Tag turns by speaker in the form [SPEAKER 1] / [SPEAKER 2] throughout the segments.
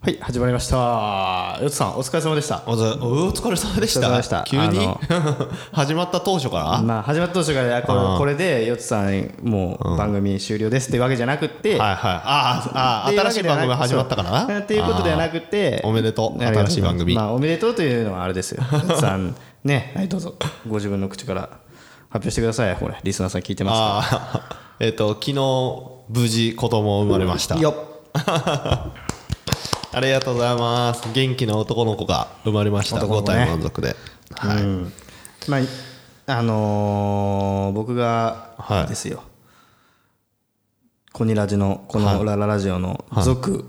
[SPEAKER 1] はい始まりましたよつさんお疲れ様でした
[SPEAKER 2] おざお疲れ様でし
[SPEAKER 1] お疲れ様
[SPEAKER 2] た
[SPEAKER 1] でした
[SPEAKER 2] 急に
[SPEAKER 1] あの
[SPEAKER 2] 始まった当初から、
[SPEAKER 1] まあ始まった当初からこれこれでよつさんもう番組終了ですってわけじゃなくて、
[SPEAKER 2] はいはいあああ新しい番組が始まったから
[SPEAKER 1] そう
[SPEAKER 2] な
[SPEAKER 1] っていうことではなく
[SPEAKER 2] く
[SPEAKER 1] て
[SPEAKER 2] おめでとう
[SPEAKER 1] ありが
[SPEAKER 2] 新しい番組
[SPEAKER 1] まあおめでとうというのはあれ ですよよつさんねはいどうぞご自分の口から発表してくださいこれリスナーさん聞いてますか
[SPEAKER 2] あー えっ、と昨日無事子供生まれました
[SPEAKER 1] らよっ
[SPEAKER 2] ありがとうございます元気な男の子が生まれました、
[SPEAKER 1] 男の
[SPEAKER 2] 5
[SPEAKER 1] 子ね
[SPEAKER 2] 体満足で、はい
[SPEAKER 1] うんまああのー僕
[SPEAKER 2] は
[SPEAKER 1] が
[SPEAKER 2] い
[SPEAKER 1] ですよ、コニラジのこのラララジオの「続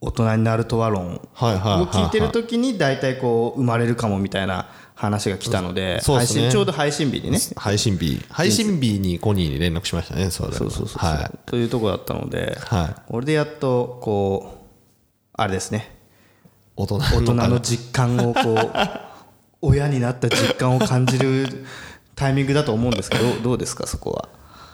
[SPEAKER 1] 大人になるとは論」を
[SPEAKER 2] はいはいはいはい
[SPEAKER 1] 聞いてる時に大体こう生まれるかもみたいな話が来たので
[SPEAKER 2] そうそうっ
[SPEAKER 1] 配
[SPEAKER 2] すね
[SPEAKER 1] 信ちょうど配信日にね
[SPEAKER 2] 配信日配信日にコニーに連絡しましたねそれそうそうそうはい
[SPEAKER 1] というとこだったので、
[SPEAKER 2] はい
[SPEAKER 1] これでやっとこうあれですね
[SPEAKER 2] 大人
[SPEAKER 1] 大人
[SPEAKER 2] の
[SPEAKER 1] の実感をこ う親になった実感を感じるタイミングだと思うんですけどどうですかそこは。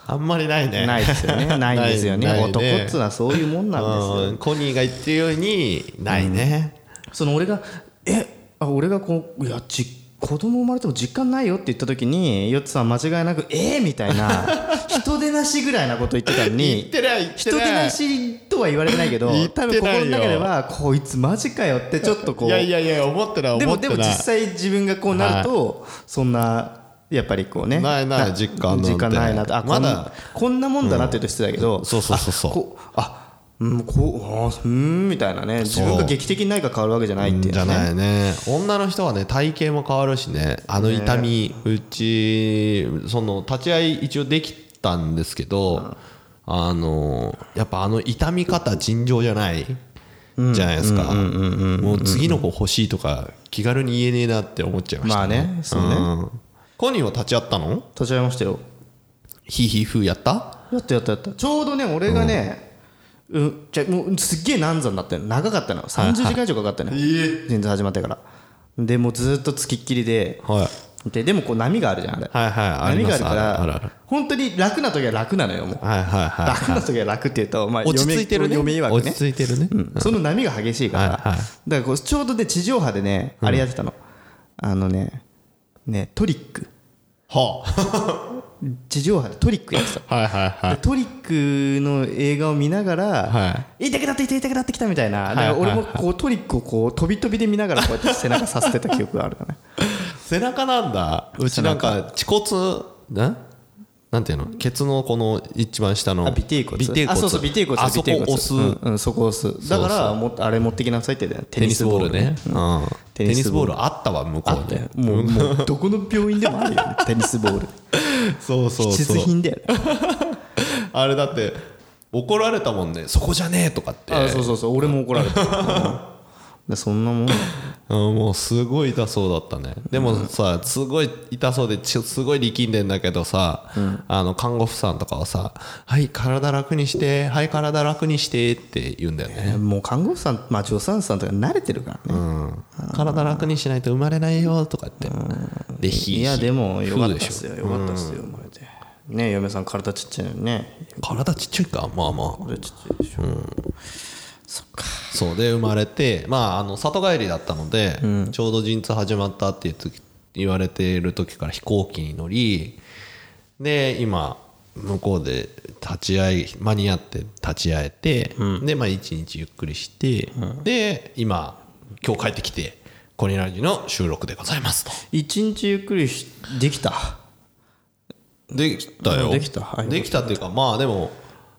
[SPEAKER 2] あんまりないね
[SPEAKER 1] ないですよ ねないんですよね
[SPEAKER 2] ないない
[SPEAKER 1] 男っつうのはそういうもんなんですよ、
[SPEAKER 2] うんコニーが言ってるようにないね、
[SPEAKER 1] その俺がえあ俺がこういやじ子供生まれても実感ないよって言った時にヨッツさん間違いなくえー、みたい な人でなしぐらいなこと言ってたの
[SPEAKER 2] 言
[SPEAKER 1] に
[SPEAKER 2] ってない言って
[SPEAKER 1] 人
[SPEAKER 2] な
[SPEAKER 1] で
[SPEAKER 2] い
[SPEAKER 1] なしとは言われないけど
[SPEAKER 2] 言ってな
[SPEAKER 1] 多
[SPEAKER 2] いよ
[SPEAKER 1] 分心の中ではこいつマジかよってちょっとこう
[SPEAKER 2] いやいやいや思ってない
[SPEAKER 1] で
[SPEAKER 2] 思
[SPEAKER 1] も
[SPEAKER 2] って
[SPEAKER 1] で
[SPEAKER 2] な
[SPEAKER 1] も
[SPEAKER 2] い
[SPEAKER 1] 実際自分がこうなると、そんなやっぱりこうね
[SPEAKER 2] ないない実感なんて
[SPEAKER 1] 実感ないなとあこん
[SPEAKER 2] まだ
[SPEAKER 1] こんなもんだなって言うとしてたけど、
[SPEAKER 2] そうそうそうそう
[SPEAKER 1] あこうあうんこうあーうーんみたいなね自分が劇的に何か変わるわけじゃないっていう、ね、
[SPEAKER 2] じゃないね女の人はね体型も変わるしねあの痛み、うちその立ち会い一応できたんですけど、あのやっぱあの痛み方尋常じゃないじゃないですかもう次の子欲しいとか気軽に言えねえなって思っちゃいまし
[SPEAKER 1] ま
[SPEAKER 2] た
[SPEAKER 1] あねそうね、
[SPEAKER 2] うんコニーは立ち会ったの
[SPEAKER 1] 立ち会いましたよ
[SPEAKER 2] ヒーヒーフーやった
[SPEAKER 1] やったやったやったちょうどね俺がね、うんじゃもうすっげえ難産だったの長かったの30時間以上かかったのよ全然始まってからでもうずっとつきっきりで
[SPEAKER 2] はい
[SPEAKER 1] ででもこう波があるじゃんあれ
[SPEAKER 2] はいはいあ
[SPEAKER 1] 波
[SPEAKER 2] り
[SPEAKER 1] が
[SPEAKER 2] ま
[SPEAKER 1] あ
[SPEAKER 2] す
[SPEAKER 1] るか
[SPEAKER 2] あるある
[SPEAKER 1] ら本当に楽な時は楽なのよもう
[SPEAKER 2] はいはいは
[SPEAKER 1] 楽な時は楽っていうとまあ
[SPEAKER 2] い落ち着いてるね
[SPEAKER 1] 嫁嫁曰く
[SPEAKER 2] 落
[SPEAKER 1] ね
[SPEAKER 2] ち着いてるね
[SPEAKER 1] うんその波が激しいからだ
[SPEAKER 2] はいはい
[SPEAKER 1] からこうちょうどね地上波でねあれやってたのあのねねトリック
[SPEAKER 2] は
[SPEAKER 1] 地上波でトリックやってた
[SPEAKER 2] あはいはいはい
[SPEAKER 1] でトリックの映画を見なが
[SPEAKER 2] は
[SPEAKER 1] ら痛くなってきた痛くなってきたみたいなだから
[SPEAKER 2] はいはいはい
[SPEAKER 1] 俺もこうトリックをこう飛び飛びで見ながらこうやって背中させてた記憶があるかね
[SPEAKER 2] 背中なんだうちなんか恥骨ななんていうのケツのこの一番下の
[SPEAKER 1] あ尾てい骨
[SPEAKER 2] 尾てい
[SPEAKER 1] あ
[SPEAKER 2] 骨
[SPEAKER 1] そうそう尾てい骨
[SPEAKER 2] あそこ
[SPEAKER 1] 尾てい骨
[SPEAKER 2] 押す
[SPEAKER 1] うんうんそこ押すだからもっとあれ持ってきなさいって言って
[SPEAKER 2] テニスボールねうん
[SPEAKER 1] テ
[SPEAKER 2] テ
[SPEAKER 1] ニ
[SPEAKER 2] ニ
[SPEAKER 1] ス
[SPEAKER 2] ス
[SPEAKER 1] ボ
[SPEAKER 2] ボ
[SPEAKER 1] ー
[SPEAKER 2] ー
[SPEAKER 1] ル
[SPEAKER 2] ルあったわ向こ
[SPEAKER 1] あっ
[SPEAKER 2] う
[SPEAKER 1] たよ
[SPEAKER 2] ね
[SPEAKER 1] もうもうどこの病院でもあ るよねテニスボール
[SPEAKER 2] そう そう
[SPEAKER 1] 必
[SPEAKER 2] そ
[SPEAKER 1] 需
[SPEAKER 2] う
[SPEAKER 1] 品だよね
[SPEAKER 2] あれだって怒られたもんねそこじゃねえとかって
[SPEAKER 1] あそうそうそう俺も怒られたうんでそんなもん
[SPEAKER 2] うんもうすごい痛そうだったねでもさすごい痛そうでちすごい力んでんだけどさ、あの看護婦さんとかはさ「はい体楽にしてはい体楽にして」って言うんだよね
[SPEAKER 1] もう看護婦さんまあ助産師さんとか慣れてるからね
[SPEAKER 2] 体楽にしないと生まれないよとかって、で
[SPEAKER 1] い
[SPEAKER 2] ひ
[SPEAKER 1] やでもよかったっ
[SPEAKER 2] です
[SPEAKER 1] よよかったっすよ生まれてね嫁さん体ちっちゃいのにね
[SPEAKER 2] 体ちっちゃいかまあまあ
[SPEAKER 1] 俺ちっちゃいでしょ
[SPEAKER 2] そうで生まれてまああの里帰りだったので、ちょうど陣痛始まったっていう時言われている時から飛行機に乗りで今向こうで立ち会い間に合って立ち会えて、でまあ一日ゆっくりして、で今今日帰ってきて「コニラジ」の収録でございますと。
[SPEAKER 1] 一日ゆっくりしできた
[SPEAKER 2] できたよ
[SPEAKER 1] できたはい
[SPEAKER 2] できたっていうかまあでも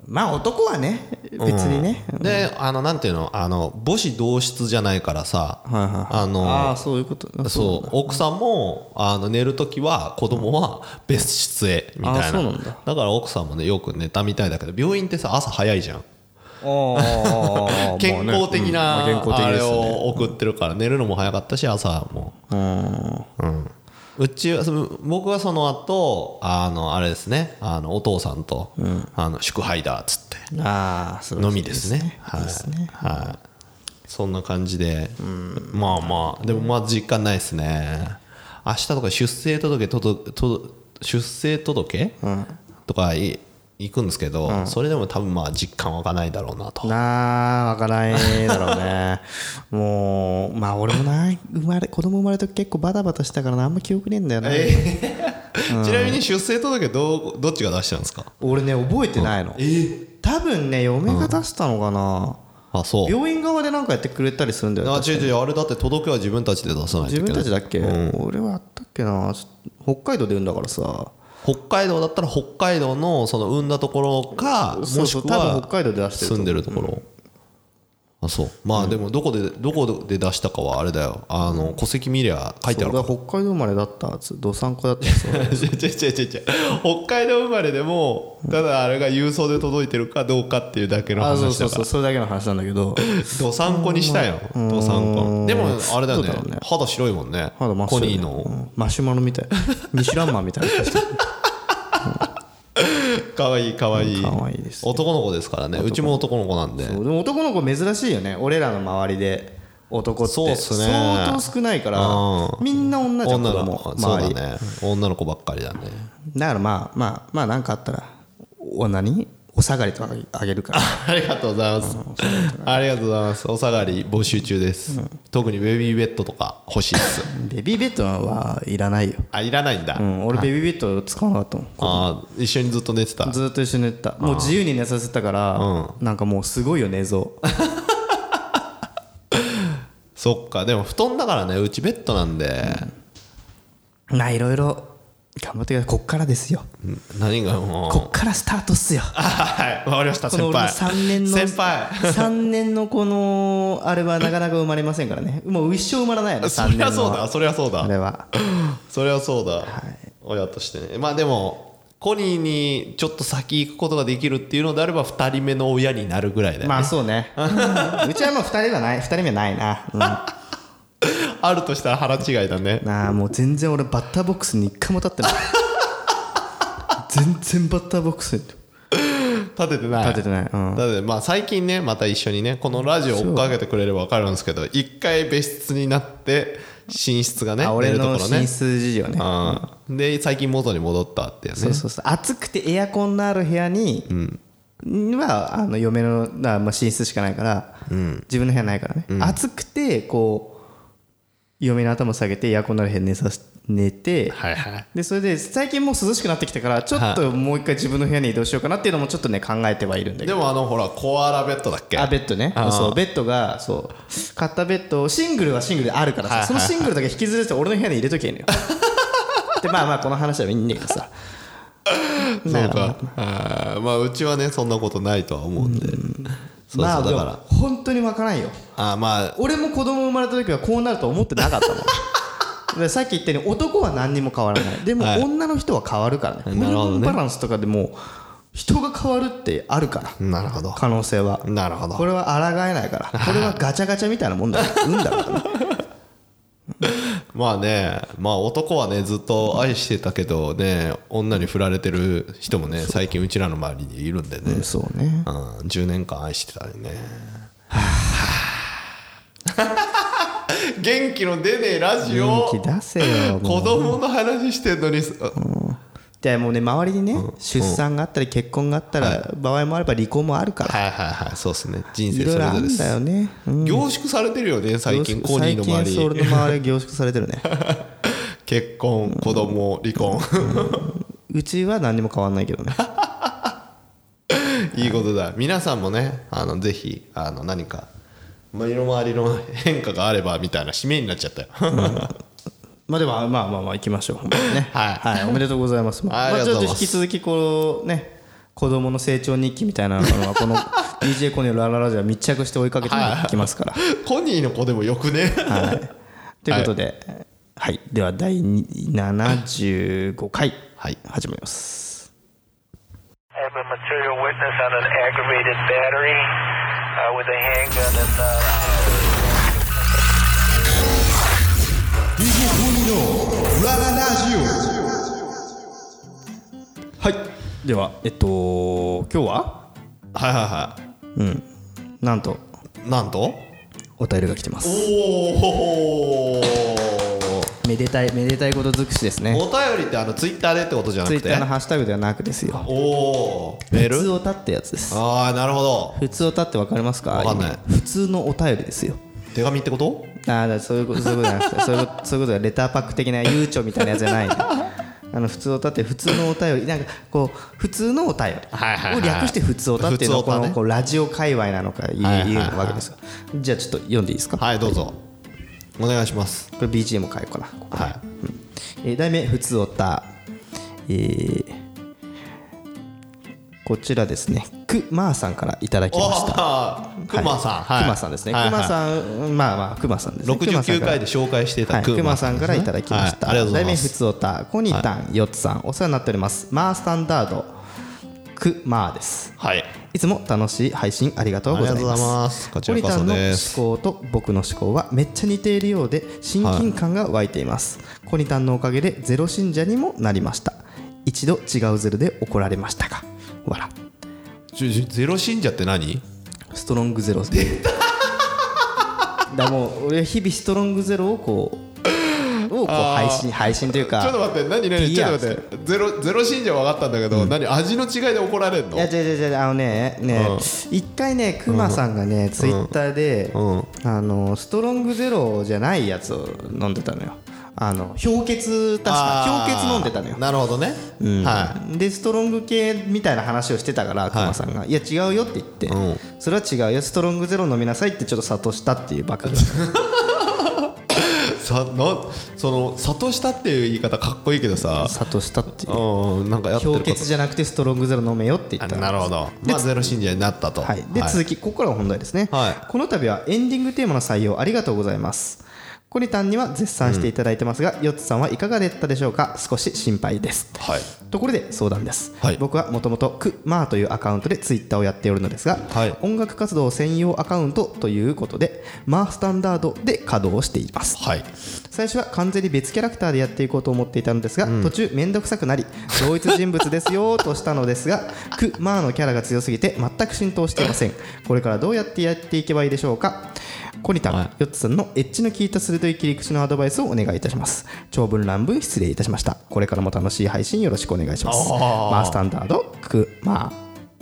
[SPEAKER 1] まあ男はね別にね
[SPEAKER 2] であのなんていうのあの母子同室じゃないからさ、あの
[SPEAKER 1] ああそういうこと
[SPEAKER 2] そう奥さんもあの寝る時は子供は別室へみたいな
[SPEAKER 1] あそうなんだ
[SPEAKER 2] から奥さんもねよく寝たみたいだけど病院ってさ朝早いじゃん
[SPEAKER 1] あーあー
[SPEAKER 2] 健康的な
[SPEAKER 1] まあねうんまあ健康的
[SPEAKER 2] あ
[SPEAKER 1] で
[SPEAKER 2] れ
[SPEAKER 1] すよね
[SPEAKER 2] を送ってるから寝るのも早かったし朝もうちはその僕はその後あのあれですねあのお父さんと、あの祝杯だっつって
[SPEAKER 1] うんああそう
[SPEAKER 2] のみですね。はいはいそんな感じで、まあまあ、でもまあ実感ないですね。明日とか出生届とどと出生届、とかい行くんですけど、それでも多分まあ実感湧かないだろうなと
[SPEAKER 1] なあ、わからないだろうね。もう、まあ俺もな、生まれ、子供生まれた時結構バタバタしたからな、あんま記憶ねえんだよね。
[SPEAKER 2] ちなみに出生届どうどっちが出したんですか
[SPEAKER 1] 俺ね、覚えてないの。多分ね、嫁が出したのかな。
[SPEAKER 2] あそう
[SPEAKER 1] 病院側でなんかやってくれたりするんだよ。
[SPEAKER 2] あ違う違うあれだって届けは自分たちで出さないとい
[SPEAKER 1] 自分
[SPEAKER 2] けな
[SPEAKER 1] た
[SPEAKER 2] い
[SPEAKER 1] ちだっけ、俺はあったっけなちょ北海道で産んだからさ
[SPEAKER 2] 北海道だったら北海道のその産んだところかも
[SPEAKER 1] そう
[SPEAKER 2] し
[SPEAKER 1] そう
[SPEAKER 2] く
[SPEAKER 1] 多分北
[SPEAKER 2] は
[SPEAKER 1] 海道で出してる
[SPEAKER 2] 住んでるところあそうまあでもどこでどこで出したかはあれだよあの戸籍見りゃ書いてある
[SPEAKER 1] 俺
[SPEAKER 2] か
[SPEAKER 1] は
[SPEAKER 2] ら
[SPEAKER 1] 北海道生まれだったはずどさんこだったそう
[SPEAKER 2] 違う違う違う違う北海道生まれでもただあれが郵送で届いてるかどうかっていうだけの
[SPEAKER 1] あそう
[SPEAKER 2] 話
[SPEAKER 1] そ
[SPEAKER 2] だ
[SPEAKER 1] う
[SPEAKER 2] か
[SPEAKER 1] そうそれだけの話なんだけど
[SPEAKER 2] らどさんこにしたよどさんこでもあれだよね
[SPEAKER 1] そうだよね
[SPEAKER 2] 肌白いもんね
[SPEAKER 1] まだ真っ
[SPEAKER 2] コ
[SPEAKER 1] 白い
[SPEAKER 2] ニ
[SPEAKER 1] ね
[SPEAKER 2] ーの
[SPEAKER 1] うんマシュマロみたいミシュランマンみたいな顔してる
[SPEAKER 2] かわいいかわいい
[SPEAKER 1] かわいいです
[SPEAKER 2] 男の子ですからねうちも男の子なんで
[SPEAKER 1] でも男の子珍しいよね俺らの周りで男って
[SPEAKER 2] そうっすね
[SPEAKER 1] 相当少ないから
[SPEAKER 2] う
[SPEAKER 1] みんな女じゃん
[SPEAKER 2] 女
[SPEAKER 1] 子
[SPEAKER 2] の子
[SPEAKER 1] 供
[SPEAKER 2] そう
[SPEAKER 1] 周り
[SPEAKER 2] だね女の子ばっかりだね
[SPEAKER 1] だからまあまあまあなんかあったらお何お下がりとかあげるから
[SPEAKER 2] ありがとうございますありがとうございますお下がり募集中です特にベビーベッドとか欲しいっす
[SPEAKER 1] ベビーベッドはいらないよ、
[SPEAKER 2] あいらないんだ
[SPEAKER 1] うん、俺ベビーベッド使わなかったもん
[SPEAKER 2] あー一緒にずっと寝てた
[SPEAKER 1] ずーっと一緒に寝てたもう自由に寝させたから、なんかもうすごいよ寝 相
[SPEAKER 2] そっかでも布団だからねうちベッドなんで
[SPEAKER 1] まあいろいろ頑張ってくださいこっからですよ
[SPEAKER 2] 何がも
[SPEAKER 1] こ
[SPEAKER 2] う
[SPEAKER 1] っからスタートっす よ
[SPEAKER 2] あ はいわかりました
[SPEAKER 1] こ
[SPEAKER 2] 先
[SPEAKER 1] の俺の
[SPEAKER 2] 輩
[SPEAKER 1] 3年の
[SPEAKER 2] 先輩
[SPEAKER 1] 3年のこのあれはなかなか生まれませんからねもう一生生まれないよね3
[SPEAKER 2] そ
[SPEAKER 1] 年
[SPEAKER 2] り
[SPEAKER 1] の
[SPEAKER 2] ゃそうだそりゃそうだ
[SPEAKER 1] あれ は
[SPEAKER 2] それはそうだ、親としてねまあでもコニーにちょっと先行くことができるっていうのであれば2人目の親になるぐらいだよね、
[SPEAKER 1] まあそう ねうんうちはもう2人はない2人目はないな、うん、
[SPEAKER 2] あるとしたら腹違いだね
[SPEAKER 1] なあもう全然俺バッターボックスに一回も立って ない全然バッターボックスに立
[SPEAKER 2] 立ててない
[SPEAKER 1] ててない、うん、
[SPEAKER 2] だってまあ最近ねまた一緒にねこのラジオ追っかけてくれれば分かるんですけど一回別室になって寝室がね
[SPEAKER 1] あ
[SPEAKER 2] 寝
[SPEAKER 1] 俺
[SPEAKER 2] るとこ
[SPEAKER 1] の
[SPEAKER 2] ろね
[SPEAKER 1] 寝室事情ね
[SPEAKER 2] うんで最近元に戻ったっていうね
[SPEAKER 1] そうそうそう暑くてエアコンのある部屋に、はあの嫁のあ、まあ、寝室しかないから、自分の部屋ないからね、暑くてこう嫁の頭下げてエアコンのある部屋に寝させ寝て、
[SPEAKER 2] はいはい
[SPEAKER 1] でそれで最近もう涼しくなってきたからちょっともう一回自分の部屋に移動しようかなっていうのもちょっとね考えてはいるんだけど
[SPEAKER 2] でもあのほらコアラベッドだっけ
[SPEAKER 1] あベッドね
[SPEAKER 2] あー
[SPEAKER 1] そうベッドがそう買ったベッドをシングルはシングルであるから
[SPEAKER 2] はい
[SPEAKER 1] さ
[SPEAKER 2] はい
[SPEAKER 1] そのシングルだけ引きずれて俺の部屋に入れときゃいい のよでまあまあこの話はいいんだけどさ
[SPEAKER 2] そうかあーまあうちはねそんなことないとは思うんでそうそう
[SPEAKER 1] ま
[SPEAKER 2] だ
[SPEAKER 1] あでも
[SPEAKER 2] から
[SPEAKER 1] 本当にわからんよ
[SPEAKER 2] あーまあ
[SPEAKER 1] 俺も子供生まれた時はこうなると思ってなかったも んでさっき言ったように男は何にも変わらないでも
[SPEAKER 2] はい
[SPEAKER 1] 女の人は変わるからねホル
[SPEAKER 2] なるほどね
[SPEAKER 1] モンバランスとかでも人が変わるってあるから
[SPEAKER 2] なるほど
[SPEAKER 1] 可能性は
[SPEAKER 2] なるほど
[SPEAKER 1] これは抗えないからこれはガチャガチャみたいなもんだよ 運だからね
[SPEAKER 2] まあねまあ男はねずっと愛してたけどね女に振られてる人もね最近うちらの周りにいるんでね
[SPEAKER 1] そう ね
[SPEAKER 2] うん10年間愛してたりね 元気の出ねえラジオ
[SPEAKER 1] 元気出せよも
[SPEAKER 2] 子
[SPEAKER 1] う
[SPEAKER 2] 供の話してんのに
[SPEAKER 1] でもうね周りにね出産があったり結婚があったら場合もあれば離婚もあるから
[SPEAKER 2] はいはいはいそうですね人
[SPEAKER 1] い
[SPEAKER 2] 生
[SPEAKER 1] ろい
[SPEAKER 2] そ
[SPEAKER 1] ろ
[SPEAKER 2] れ
[SPEAKER 1] あ
[SPEAKER 2] ぞ
[SPEAKER 1] る
[SPEAKER 2] れで
[SPEAKER 1] ん
[SPEAKER 2] す
[SPEAKER 1] だよねうん
[SPEAKER 2] 凝縮されてるよね最近コニーの
[SPEAKER 1] 最
[SPEAKER 2] 周
[SPEAKER 1] 近そ
[SPEAKER 2] り
[SPEAKER 1] れの周りが凝縮されてるね
[SPEAKER 2] 結婚子供離婚
[SPEAKER 1] うちは何にも変わんないけど ね
[SPEAKER 2] いいことだ皆さんもねあのぜひあの何か身の回りの変化があればみたいな締めになっちゃった よ
[SPEAKER 1] まあでもまあまあまあ行きましょう本当にね
[SPEAKER 2] はい
[SPEAKER 1] はいおめでとうございますま
[SPEAKER 2] あり
[SPEAKER 1] あ
[SPEAKER 2] が
[SPEAKER 1] ち
[SPEAKER 2] と
[SPEAKER 1] ょ
[SPEAKER 2] うご
[SPEAKER 1] っ
[SPEAKER 2] ざ
[SPEAKER 1] と引
[SPEAKER 2] います
[SPEAKER 1] き続きこうね子供の成長日記みたいなのはこの DJ コネのラララジオは密着して追いかけていきますから
[SPEAKER 2] コニーの子でもよくね
[SPEAKER 1] はいということではいでは第75回
[SPEAKER 2] はい
[SPEAKER 1] 始まります
[SPEAKER 3] I have a material witness on an aggravated battery uh, with a handgun and. Uh
[SPEAKER 1] はいではえっと今日は
[SPEAKER 2] はいはい
[SPEAKER 1] なんと
[SPEAKER 2] はいなんと
[SPEAKER 1] お便りが来てます
[SPEAKER 2] おお
[SPEAKER 1] めでたいめでたいこと尽くしです
[SPEAKER 2] お
[SPEAKER 1] ね
[SPEAKER 2] 便りってあのツイッターでってことじゃな
[SPEAKER 1] ツイ
[SPEAKER 2] く
[SPEAKER 1] ッタ
[SPEAKER 2] て
[SPEAKER 1] ーのハッシュタグではなくですよ
[SPEAKER 2] おおメ
[SPEAKER 1] 普
[SPEAKER 2] ー
[SPEAKER 1] 通
[SPEAKER 2] ル
[SPEAKER 1] おたってやつです
[SPEAKER 2] ああなるほど
[SPEAKER 1] 普通おたってわかりますか
[SPEAKER 2] わかんない
[SPEAKER 1] 普通のお便りですよ
[SPEAKER 2] 手紙ってこと
[SPEAKER 1] あーだからそういうことそういうことじゃなく てそういうことそういうことがレターパック的な悠長みたいなやつじゃないあの普通おたって普通のお便りなんかこう普通のお便
[SPEAKER 2] はいはいはい
[SPEAKER 1] りを略して普通おたっていうのは
[SPEAKER 2] 普通
[SPEAKER 1] こ
[SPEAKER 2] おたね
[SPEAKER 1] のこうラジオ界隈なのかいう
[SPEAKER 2] はいはいはい
[SPEAKER 1] いうわけですがじゃあちょっと読んでいいですかこ
[SPEAKER 2] はいどうぞお願いします
[SPEAKER 1] れ BGM 変えようかな
[SPEAKER 2] は
[SPEAKER 1] えー題名「ふつおた」えーこちらですねくまーさんからいただ
[SPEAKER 2] い
[SPEAKER 1] き
[SPEAKER 2] お
[SPEAKER 1] ました
[SPEAKER 2] ーくまさんはい
[SPEAKER 1] くまさんですねく
[SPEAKER 2] はいはい
[SPEAKER 1] まさんまあまあくまさんですね熊さん
[SPEAKER 2] 69
[SPEAKER 1] から
[SPEAKER 2] 回で紹介してい
[SPEAKER 1] は
[SPEAKER 2] た
[SPEAKER 1] い、
[SPEAKER 2] く
[SPEAKER 1] く
[SPEAKER 2] ま
[SPEAKER 1] まさんからいただきました。
[SPEAKER 2] はいありがとうござ
[SPEAKER 1] 題
[SPEAKER 2] いま
[SPEAKER 1] 名、ふ
[SPEAKER 2] す
[SPEAKER 1] つおた、コニタン、ヨッツさん、お世話になっております。マースタンダード、くまーです。
[SPEAKER 2] はい
[SPEAKER 1] いつも楽しい配信ありがとうござい
[SPEAKER 2] ありがとう
[SPEAKER 1] ま
[SPEAKER 2] ございますす。こち
[SPEAKER 1] コ
[SPEAKER 2] ら
[SPEAKER 1] ニ
[SPEAKER 2] こ
[SPEAKER 1] タ
[SPEAKER 2] そ
[SPEAKER 1] ンの
[SPEAKER 2] で
[SPEAKER 1] 思
[SPEAKER 2] す
[SPEAKER 1] 考と僕の思考はめっちゃ似ているようで親近感が湧いています。コニタンのおかげでゼロ信者にもなりました。一度違うゼロで怒られましたが、わら。
[SPEAKER 2] ちょちょゼロ信者って何
[SPEAKER 1] ストロングゼロ出ただもう俺は日々ストロングゼロをこうをこう配信配信というか
[SPEAKER 2] ちょっと待って何何ちょっと待ってゼロゼロ信者は分かったんだけど、何味の違いで怒られるの
[SPEAKER 1] いや違う違う違うあのねね
[SPEAKER 2] うん
[SPEAKER 1] 一回ねくまさんがねツイッターで
[SPEAKER 2] うん
[SPEAKER 1] あのストロングゼロじゃないやつを飲んでたのよあの氷結確か
[SPEAKER 2] あー
[SPEAKER 1] 氷結飲んでたのよ
[SPEAKER 2] なるほどね、は
[SPEAKER 1] でストロング系みたいな話をしてたからくまさんが「いや違うよ」って言って
[SPEAKER 2] うん
[SPEAKER 1] 「それは違うよストロングゼロ飲みなさい」ってちょっと諭したっていうバ カが
[SPEAKER 2] いさなその「諭した」っていう言い方かっこいいけどさ
[SPEAKER 1] 諭した っていう
[SPEAKER 2] うんうんなんかやってるこ
[SPEAKER 1] 氷
[SPEAKER 2] と
[SPEAKER 1] 結じゃなくてストロングゼロ飲めよって言
[SPEAKER 2] あ
[SPEAKER 1] った
[SPEAKER 2] なるほどまあゼロ信者になったと
[SPEAKER 1] はい、で続きここからが本題ですね、
[SPEAKER 2] はい
[SPEAKER 1] この度はエンディングテーマの採用ありがとうございますコニタンには絶賛していただいてますが、ヨッツさんはいかがだったでしょうか少し心配です
[SPEAKER 2] はい
[SPEAKER 1] ところで相談です、
[SPEAKER 2] はい
[SPEAKER 1] 僕はもともとクマーというアカウントでツイッターをやっておるのですが、
[SPEAKER 2] はい
[SPEAKER 1] 音楽活動専用アカウントということでマースタンダードで稼働しています
[SPEAKER 2] はい
[SPEAKER 1] 最初は完全に別キャラクターでやっていこうと思っていたのですが、途中面倒くさくなり同一人物ですよとしたのですが クマーのキャラが強すぎて全く浸透していませんこれからどうやってやっていけばいいでしょうかコニタン、
[SPEAKER 2] はい
[SPEAKER 1] ヨッツさんのエッジの効いた鋭い切り口のアドバイスをお願いいたします長文乱文失礼いたしましたこれからも楽しい配信よろしくお願いします
[SPEAKER 2] あー
[SPEAKER 1] マースタンダードクマ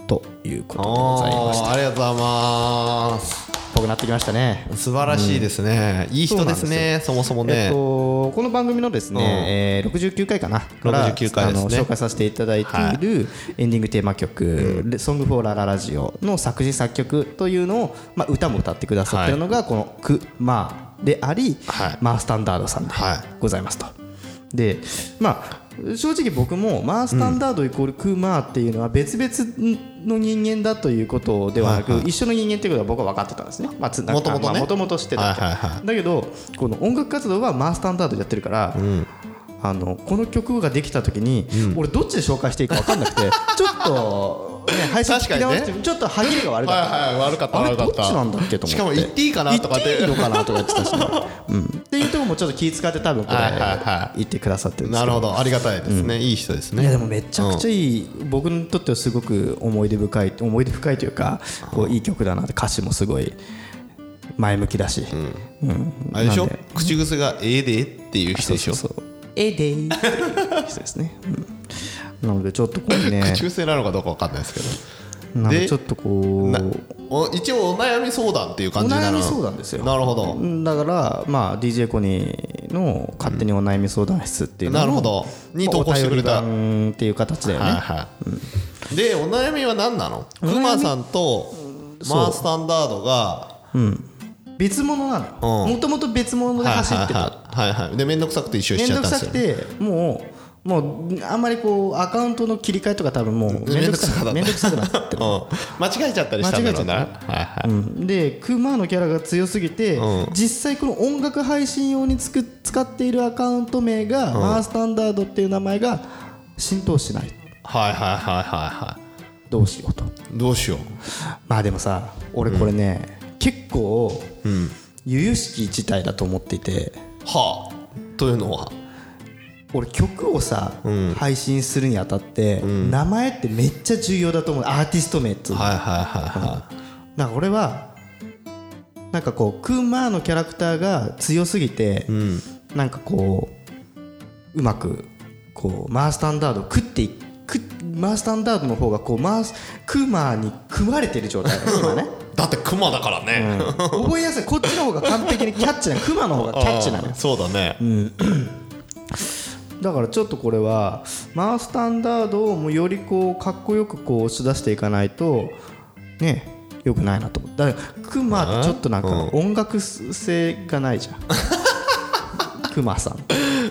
[SPEAKER 1] ーということでございまし
[SPEAKER 2] おー
[SPEAKER 1] た
[SPEAKER 2] ありがとうございます
[SPEAKER 1] ぽくなってきましたね
[SPEAKER 2] 素晴らしいですね、いい人ですねそもそもね、
[SPEAKER 1] えっと、この番組のですね、
[SPEAKER 2] うん
[SPEAKER 1] えー69回かなから
[SPEAKER 2] 69回ですね
[SPEAKER 1] あの紹介させていただいているエンディングテーマ曲「ソングフォーラララジオ」の作詞作曲というのを、まあ、歌も歌ってくださってるのがこの「クマー」であり、
[SPEAKER 2] はい
[SPEAKER 1] マースタンダードさんで
[SPEAKER 2] はい
[SPEAKER 1] ございますと。でまあ正直僕もマースタンダードイコールクーマーっていうのは別々の人間だということではなく、
[SPEAKER 2] は
[SPEAKER 1] 一緒の人間っていうことは僕は分かってたんですね、まあ、つ
[SPEAKER 2] 元々ね
[SPEAKER 1] まあ元々知ってたわけ
[SPEAKER 2] はいはいはい
[SPEAKER 1] だけどこの音楽活動はマースタンダードでやってるから、あのこの曲ができた時に、俺どっちで紹介していいか分かんなくてちょっと、ね、配信聞き直して、
[SPEAKER 2] 確かに
[SPEAKER 1] ちょっと歯切れが悪かった。
[SPEAKER 2] はいはい悪かった
[SPEAKER 1] あ
[SPEAKER 2] 悪
[SPEAKER 1] れ
[SPEAKER 2] か
[SPEAKER 1] ど
[SPEAKER 2] っ
[SPEAKER 1] ったちなんだっけと思って
[SPEAKER 2] しかも言っていいかなとかっ
[SPEAKER 1] 言って
[SPEAKER 2] て
[SPEAKER 1] いいのかなとか言ってたし、ねうん、っていうところもちょっと気遣って多分これ
[SPEAKER 2] はいはいはい
[SPEAKER 1] 言ってくださってるんですけ
[SPEAKER 2] なる
[SPEAKER 1] ど
[SPEAKER 2] ほどありがたいですね、いい人ですね
[SPEAKER 1] いやでもめちゃくちゃいい、僕にとってはすごく思い出深い思い出深いというかこういい曲だなって歌詞もすごい前向きだし、
[SPEAKER 2] あれでしょ
[SPEAKER 1] なんで
[SPEAKER 2] 口癖が「ええで」っていう人でしょ
[SPEAKER 1] そうえでいってい う人ですね、うん、なのでちょっとこうね
[SPEAKER 2] 口癖なのかどうか分かんないですけ
[SPEAKER 1] なんか
[SPEAKER 2] で
[SPEAKER 1] ちょっとこ
[SPEAKER 2] どな
[SPEAKER 1] う
[SPEAKER 2] お一応お悩み相談っていう
[SPEAKER 1] お
[SPEAKER 2] 感じな
[SPEAKER 1] 悩
[SPEAKER 2] の
[SPEAKER 1] み相談ですよ
[SPEAKER 2] なるほど
[SPEAKER 1] だからまあ DJ コニーの勝手にお悩み相談室っていうのを
[SPEAKER 2] なるほどに投稿してくれた
[SPEAKER 1] まあお便り版っていう形だよね、
[SPEAKER 2] はいはいでお悩みは何なのクマさんとマースタンダードが
[SPEAKER 1] 別物なの
[SPEAKER 2] うん
[SPEAKER 1] もともと別物で
[SPEAKER 2] はい
[SPEAKER 1] 走
[SPEAKER 2] は
[SPEAKER 1] っ
[SPEAKER 2] い
[SPEAKER 1] てた
[SPEAKER 2] はいはいはいで面倒くさくて一緒にし
[SPEAKER 1] 面
[SPEAKER 2] ちゃ
[SPEAKER 1] 倒
[SPEAKER 2] った
[SPEAKER 1] く
[SPEAKER 2] んで
[SPEAKER 1] さ
[SPEAKER 2] すよ
[SPEAKER 1] くてもうもうあんまりこうアカウントの切り替えとか多分もう面倒くさく
[SPEAKER 2] 面
[SPEAKER 1] 面
[SPEAKER 2] 倒
[SPEAKER 1] 倒
[SPEAKER 2] く
[SPEAKER 1] く
[SPEAKER 2] さ
[SPEAKER 1] さ
[SPEAKER 2] く
[SPEAKER 1] く
[SPEAKER 2] な
[SPEAKER 1] なってる
[SPEAKER 2] うん間違えちゃったりしたんだろうな
[SPEAKER 1] 間違
[SPEAKER 2] はい
[SPEAKER 1] えち
[SPEAKER 2] は
[SPEAKER 1] うんでクマのキャラが強すぎて、
[SPEAKER 2] うん
[SPEAKER 1] 実際この音楽配信用につく使っているアカウント名が、マースタンダードっていう名前が浸透しない
[SPEAKER 2] いはいはいはいはいは
[SPEAKER 1] どうしようと
[SPEAKER 2] いどうしよう
[SPEAKER 1] まあでもさ俺これね、結構、由々しき事態だと思っていて
[SPEAKER 2] はあというのは
[SPEAKER 1] 俺曲をさ、配信するにあたって、名前ってめっちゃ重要だと思うアーティスト名っつうの
[SPEAKER 2] はいはいはいはい
[SPEAKER 1] なんか俺はなんかこうクーマーのキャラクターが強すぎて、なんかこううまくこうマースタンダードを食っていくマースタンダードの方がこうマースクマに組まれてる状態です 今ね、
[SPEAKER 2] だってクマだから
[SPEAKER 1] うん
[SPEAKER 2] ね、
[SPEAKER 1] 覚えやすいこっちの方が完璧にキャッチなクマの方がキャッチなの
[SPEAKER 2] あー
[SPEAKER 1] よ
[SPEAKER 2] そうだね、
[SPEAKER 1] だからちょっとこれはマースタンダードをもうよりこうかっこよくこう押し出していかないとねよくないなと思ってだからクマってちょっとなんか
[SPEAKER 2] うん
[SPEAKER 1] 音楽性がないじゃん クマさん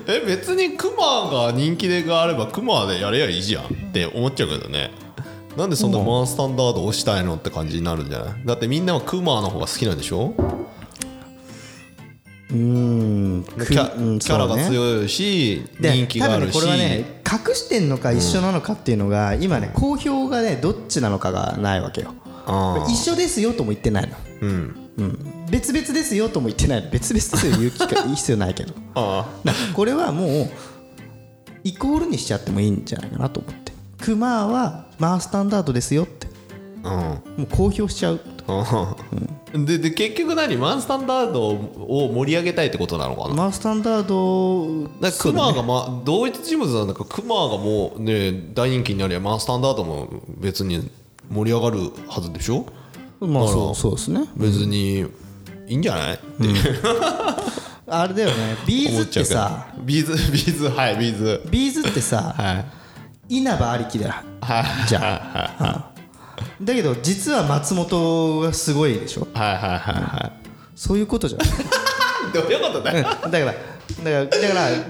[SPEAKER 2] え別にクマが人気でがあればクマでやれやいいじゃんって思っちゃうけどねなんでそんなマンスタンダード押したいのって感じになるんじゃないだってみんなはクマの方が好きなんでしょ
[SPEAKER 1] うーん
[SPEAKER 2] キャ,、
[SPEAKER 1] うん
[SPEAKER 2] キャラ
[SPEAKER 1] そ
[SPEAKER 2] が
[SPEAKER 1] うね
[SPEAKER 2] 強いし、
[SPEAKER 1] で
[SPEAKER 2] 人気があるし
[SPEAKER 1] 多分ねこれはね隠してんのか一緒なのかっていうのが、今ね公表がねどっちなのかがないわけよ
[SPEAKER 2] あ
[SPEAKER 1] 一緒ですよとも言ってないの、
[SPEAKER 2] ーうん
[SPEAKER 1] うん、別々ですよとも言ってないの別々ですよ言う機会必要ないけど
[SPEAKER 2] あ
[SPEAKER 1] これはもうイコールにしちゃってもいいんじゃないかなと思ってクマはマースタンダードですよって
[SPEAKER 2] ーうん
[SPEAKER 1] もう公表しちゃう
[SPEAKER 2] うんでで結局何マンスタンダードを盛り上げたいってことなのかな
[SPEAKER 1] マースタンダード
[SPEAKER 2] だからクマが、ま同一人物なんだからクマがもうね大人気になりゃマンスタンダードも別に盛り上がるはずでしょ
[SPEAKER 1] まあそ
[SPEAKER 2] あら
[SPEAKER 1] うそうですね
[SPEAKER 2] 別にいいんじゃないって
[SPEAKER 1] あれだよねビー
[SPEAKER 2] 思
[SPEAKER 1] ズ
[SPEAKER 2] っ
[SPEAKER 1] っ
[SPEAKER 2] ちゃ
[SPEAKER 1] て
[SPEAKER 2] うけど
[SPEAKER 1] さ
[SPEAKER 2] ビーズビーズはいビーズ
[SPEAKER 1] ビーズってさ、
[SPEAKER 2] はい
[SPEAKER 1] 稲葉ありきだじゃあ、うんだけど実は松本がすごいでしょ
[SPEAKER 2] はいはいはいは
[SPEAKER 1] そういうことじゃない
[SPEAKER 2] いどういうことだよ
[SPEAKER 1] だからだからだか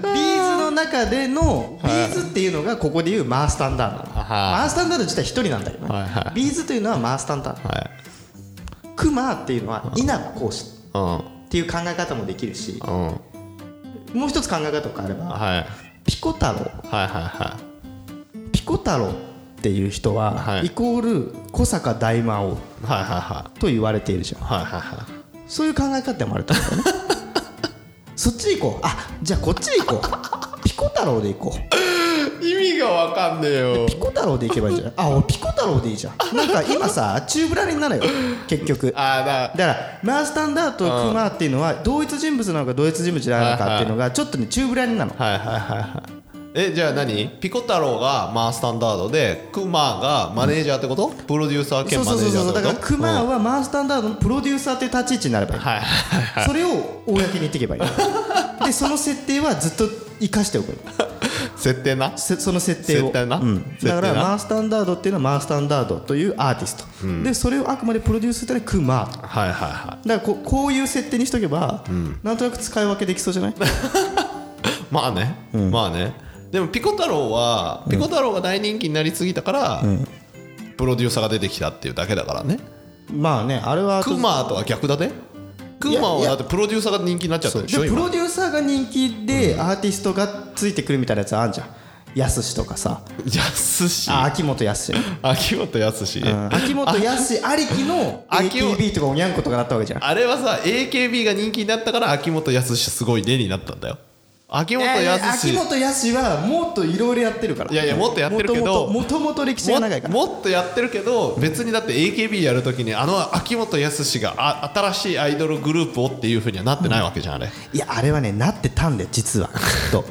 [SPEAKER 1] らビーズの中でのビーズっていうのがここでいうマースタンダード
[SPEAKER 2] はい
[SPEAKER 1] マースタンダード自体一人なんだけどね
[SPEAKER 2] はいはい
[SPEAKER 1] ビーズというのはマースタンダード
[SPEAKER 2] はい
[SPEAKER 1] クマっていうのは稲葉講師
[SPEAKER 2] う
[SPEAKER 1] っていう考え方もできるし
[SPEAKER 2] んうん
[SPEAKER 1] もう一つ考え方があれば
[SPEAKER 2] はい
[SPEAKER 1] ピコ太郎
[SPEAKER 2] はいはいは
[SPEAKER 1] ピコ太郎っていう人
[SPEAKER 2] は
[SPEAKER 1] はいイコール小坂大魔王
[SPEAKER 2] いはいはいは
[SPEAKER 1] と言われているじゃん
[SPEAKER 2] いはいはいはい
[SPEAKER 1] そういう考え方もあると思うよね そっち行こうあじゃあこっち行こうピコ太郎で行こう
[SPEAKER 2] 意味がわかんねえよ
[SPEAKER 1] ピコ太郎で行けばいいじゃんあ俺ピコ太郎でいいじゃんなんか今さ中ぶらりになるよ結局だか
[SPEAKER 2] ああだ
[SPEAKER 1] らマースタンダードとクマっていうのは同一人物なのか同一人物じゃないのかっていうのがちょっとね中ぶらりなの
[SPEAKER 2] はいはいはいはいえじゃあ何ピコ太郎がマースタンダードでクマがマネージャーってこと、プロデューサー
[SPEAKER 1] そ
[SPEAKER 2] 兼
[SPEAKER 1] う
[SPEAKER 2] マ
[SPEAKER 1] そうそ
[SPEAKER 2] ネー
[SPEAKER 1] う
[SPEAKER 2] ジャー
[SPEAKER 1] そ
[SPEAKER 2] っ
[SPEAKER 1] う
[SPEAKER 2] て
[SPEAKER 1] だ
[SPEAKER 2] こと
[SPEAKER 1] からクマはマースタンダードのプロデューサーという立ち位置になればいい
[SPEAKER 2] はいはいはい
[SPEAKER 1] それを公に言っていけばい いでその設定はずっと生かしておくの
[SPEAKER 2] 設定な
[SPEAKER 1] せその設定を
[SPEAKER 2] 設定な
[SPEAKER 1] うん
[SPEAKER 2] 設定な
[SPEAKER 1] だからマースタンダードっていうのはマースタンダードというアーティスト、でそれをあくまでプロデュースというのはクマだか
[SPEAKER 2] はいはいは
[SPEAKER 1] らこうこういう設定にしとけば、なんとなく使い分けできそうじゃない
[SPEAKER 2] いまあね、まあねでもピコ太郎はピコ太郎が大人気になりすぎたから、プロデューサーが出てきたっていうだけだからね
[SPEAKER 1] まあねあれは
[SPEAKER 2] クマとは逆だねクマ
[SPEAKER 1] い
[SPEAKER 2] は
[SPEAKER 1] や
[SPEAKER 2] だってプロデューサーが人気になっちゃったでし
[SPEAKER 1] で
[SPEAKER 2] ょ
[SPEAKER 1] プ
[SPEAKER 2] 今
[SPEAKER 1] ロデューサーが人気でアーティストがついてくるみたいなやつあんじゃんやすしとかさ
[SPEAKER 2] 安し
[SPEAKER 1] あ秋元康ね、
[SPEAKER 2] 秋元康
[SPEAKER 1] うん秋元康ありきの
[SPEAKER 2] 秋元
[SPEAKER 1] AKB とかおにゃんことかなったわけじゃん
[SPEAKER 2] あれはさ AKB が人気になったから秋元康すごいねになったんだよ秋元
[SPEAKER 1] いやいや
[SPEAKER 2] 康
[SPEAKER 1] 秋元康はもっといろいろやってるから
[SPEAKER 2] いやいやもっとやってるけど
[SPEAKER 1] もともと歴史が長いから
[SPEAKER 2] ももっとやってるけど別にだって AKB やるときにあの秋元康があ新しいアイドルグループをっていうふうにはなってないわけじゃんあれ、
[SPEAKER 1] いやあれはねなってたんだよ実 はと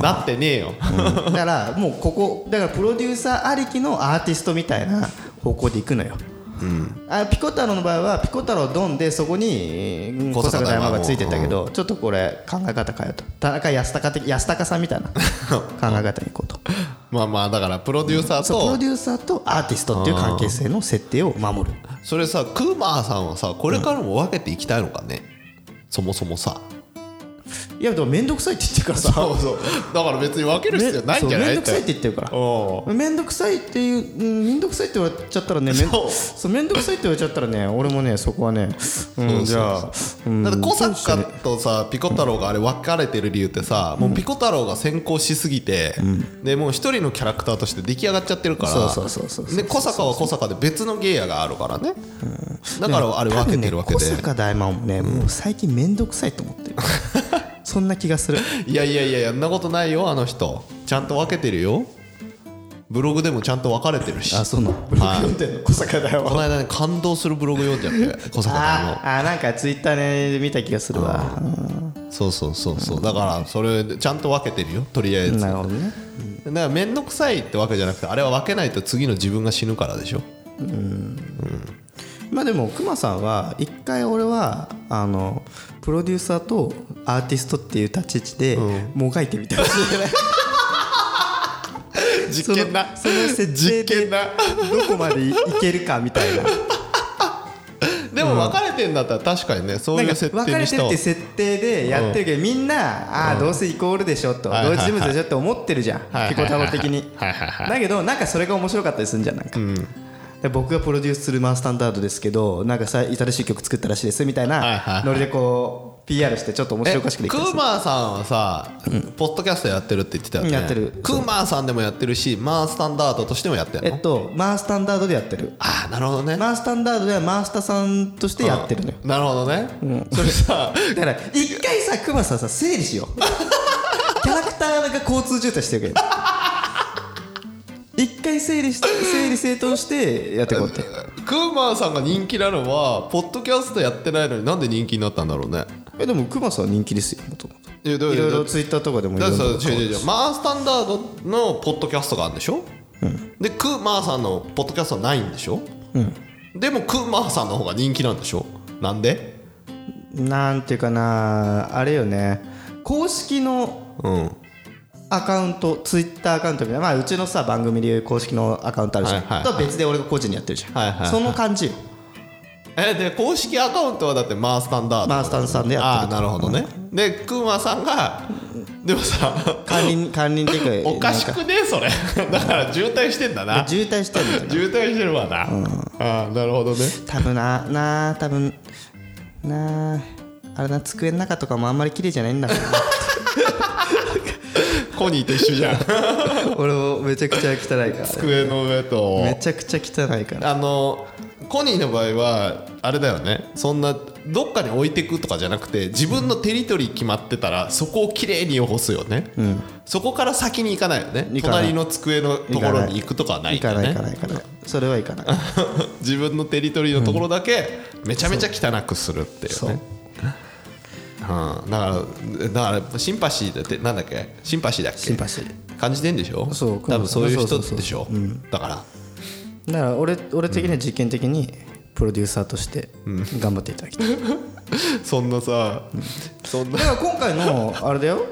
[SPEAKER 2] なってねえよ、
[SPEAKER 1] だからもうここだからプロデューサーありきのアーティストみたいな方向で行くのよ、あピコ太郎の場合はピコ太郎ドンでそこにうん
[SPEAKER 2] 小
[SPEAKER 1] 小
[SPEAKER 2] 坂
[SPEAKER 1] 坂大
[SPEAKER 2] 大魔
[SPEAKER 1] 魔
[SPEAKER 2] 王
[SPEAKER 1] がついてたけど、ちょっとこれ考え方変えようと田中康隆的安隆さんみた いな考え方に行こうと
[SPEAKER 2] まあまあだからプロデューサー
[SPEAKER 1] そうプロ
[SPEAKER 2] と
[SPEAKER 1] デューサーとアーティストっていう関係性の設定を守る
[SPEAKER 2] それさクーマーさんはさこれからも分けていきたいのかね、そもそもさ
[SPEAKER 1] いやでも面倒くさいって言ってるからさ
[SPEAKER 2] そうそうだから別に分ける必要ないんじゃない
[SPEAKER 1] めんどくさいって言ってるから
[SPEAKER 2] おう
[SPEAKER 1] めんどくさいっていう、うん、めんどくさいって言われちゃったらねめん
[SPEAKER 2] そう
[SPEAKER 1] そうめんどくさいって言われちゃったらね俺もねそこはね、うん、じゃあ、うん、
[SPEAKER 2] だって小坂とさピコ太郎があれ分かれてる理由ってさ、もうピコ太郎が先行しすぎて、でもう一人のキャラクターとして出来上がっちゃってるから
[SPEAKER 1] そうそうそうそうそう
[SPEAKER 2] で小坂は小坂で別の芸やがあるからね、だからあれ
[SPEAKER 1] 多
[SPEAKER 2] 分け
[SPEAKER 1] 分
[SPEAKER 2] て
[SPEAKER 1] ね
[SPEAKER 2] るわけで、
[SPEAKER 1] 小坂大魔王もね、もう最近めんどくさいと思 ってるそんな気がする
[SPEAKER 2] いやいやいやいやんなことないよあの人ちゃんと分けてるよブログでもちゃんと分かれてるし
[SPEAKER 1] あそうなのブログ読んでんの小坂大魔
[SPEAKER 2] こ
[SPEAKER 1] 王
[SPEAKER 2] の間ね感動するブログ読んじゃって小坂さんの
[SPEAKER 1] ああなんかツイッターで見た気がするわうん
[SPEAKER 2] そうそうそうそうだからそれちゃんと分けてるよとりあえず
[SPEAKER 1] な
[SPEAKER 2] だ
[SPEAKER 1] る
[SPEAKER 2] か
[SPEAKER 1] ほどね
[SPEAKER 2] ら面倒くさいってわけじゃなくてあれは分けないと次の自分が死ぬからでしょ
[SPEAKER 1] まあでもクマさんは一回俺はあのプロデューサーとアーティストっていう立ち位置でもがいてみたいな、
[SPEAKER 2] 実験だ
[SPEAKER 1] そのその設定で
[SPEAKER 2] 実験だ
[SPEAKER 1] どこまでいけるかみたい な
[SPEAKER 2] でも別れてんだったら確かにねそう
[SPEAKER 1] ないん
[SPEAKER 2] う
[SPEAKER 1] か
[SPEAKER 2] 設
[SPEAKER 1] 別
[SPEAKER 2] 定
[SPEAKER 1] れ
[SPEAKER 2] に
[SPEAKER 1] て
[SPEAKER 2] し
[SPEAKER 1] る
[SPEAKER 2] た
[SPEAKER 1] っ
[SPEAKER 2] わ
[SPEAKER 1] て設定でやってるけどみんなああどうせイコールでしょと
[SPEAKER 2] はいはい
[SPEAKER 1] 同
[SPEAKER 2] はい
[SPEAKER 1] 一人物でしょって思ってるじゃん
[SPEAKER 2] はいはいはい
[SPEAKER 1] 結構多的に
[SPEAKER 2] はいはいはい
[SPEAKER 1] だけどなんかそれが面白かったりするんじゃんなんかで僕がプロデュースするマンスタンダードですけどなんかさ新しい曲作ったらしいですみたい
[SPEAKER 2] はいはいは
[SPEAKER 1] ないノリでこう PR してちょっと面
[SPEAKER 2] え
[SPEAKER 1] 白お
[SPEAKER 2] ク
[SPEAKER 1] かしくできたりす
[SPEAKER 2] ー
[SPEAKER 1] る
[SPEAKER 2] マーさんはさ、ポッドキャストやってるって言ってたよね
[SPEAKER 1] やってる
[SPEAKER 2] クーマーさんでもやってるしマースタンダードとしてもやって
[SPEAKER 1] え
[SPEAKER 2] るの、
[SPEAKER 1] っとマンスタンダードでやってる
[SPEAKER 2] ああなるほどね
[SPEAKER 1] マンスタンダードではマンスタさんとしてやってるのよ
[SPEAKER 2] なるほどね、それさ
[SPEAKER 1] だから一回さクマさんさ整理し ようキャラクターが交通渋滞してるけど一回整理して整理整頓してやってこうって
[SPEAKER 2] クーマーさんが人気なのはポッドキャストやってないのになんで人気になったんだろうね
[SPEAKER 1] えでもクマさんは人気ですよもともと
[SPEAKER 2] いやだ
[SPEAKER 1] いろいろ
[SPEAKER 2] だ
[SPEAKER 1] ツイッターとかでもい
[SPEAKER 2] だ
[SPEAKER 1] ろ
[SPEAKER 2] って
[SPEAKER 1] ん
[SPEAKER 2] さ
[SPEAKER 1] な
[SPEAKER 2] 違う違う違うマースタンダードのポッドキャストがあるんでしょ、でクーマーさんのポッドキャストはないんでしょ、でもクーマーさんの方が人気なんでしょなんで
[SPEAKER 1] なんていうかなあれよね公式の
[SPEAKER 2] うんはい
[SPEAKER 1] アカウントツイッターアカウントみたいな、まあ、うちのさ番組でいう公式のアカウントあるじゃん、
[SPEAKER 2] はいはいはい
[SPEAKER 1] とは別で俺が個人にやってるじゃん、
[SPEAKER 2] はいはいはい
[SPEAKER 1] その感じよ
[SPEAKER 2] えで公式アカウントはだってマースタンダード
[SPEAKER 1] マースタンさんでやってる
[SPEAKER 2] ああなるほどねでクーマーさんがでもさ
[SPEAKER 1] 管理管理っていうか
[SPEAKER 2] おかし
[SPEAKER 1] なん
[SPEAKER 2] くねそれ だから渋滞してんだな
[SPEAKER 1] 渋滞してるみたいな
[SPEAKER 2] 渋滞してるわな、ああなるほどね
[SPEAKER 1] 多分ななあ多分なああれな机の中とかもあんまり綺麗じゃないんだもんな
[SPEAKER 2] コニーと一緒じゃん
[SPEAKER 1] 俺もめちゃくちゃ汚いから
[SPEAKER 2] 机の上と
[SPEAKER 1] めちゃくちゃ汚いから
[SPEAKER 2] あのコニーの場合はあれだよねそんなどっかに置いてくとかじゃなくて自分のテリトリー決まってたらそこをきれいに汚すよね、そこから先に行かないよね
[SPEAKER 1] 行かない
[SPEAKER 2] 隣の机のところに行くとかはない
[SPEAKER 1] 行
[SPEAKER 2] んだ
[SPEAKER 1] か
[SPEAKER 2] よ
[SPEAKER 1] ない行か
[SPEAKER 2] ね
[SPEAKER 1] ない行かないそれは行かない
[SPEAKER 2] 自分のテリトリーのところだけめちゃめちゃ汚くするっていう
[SPEAKER 1] そう
[SPEAKER 2] ね、うん、だからだからシンパシーだってなんだっけシンパシーだっけ
[SPEAKER 1] シンパシー
[SPEAKER 2] 感じてんでしょ
[SPEAKER 1] そう
[SPEAKER 2] 多分そういう人
[SPEAKER 1] そうそうそうそう
[SPEAKER 2] でしょだから
[SPEAKER 1] だから俺俺的には実験的にプロデューサーとして頑張っていただきたい、
[SPEAKER 2] そんなさ そんな
[SPEAKER 1] だから今回のあれだよ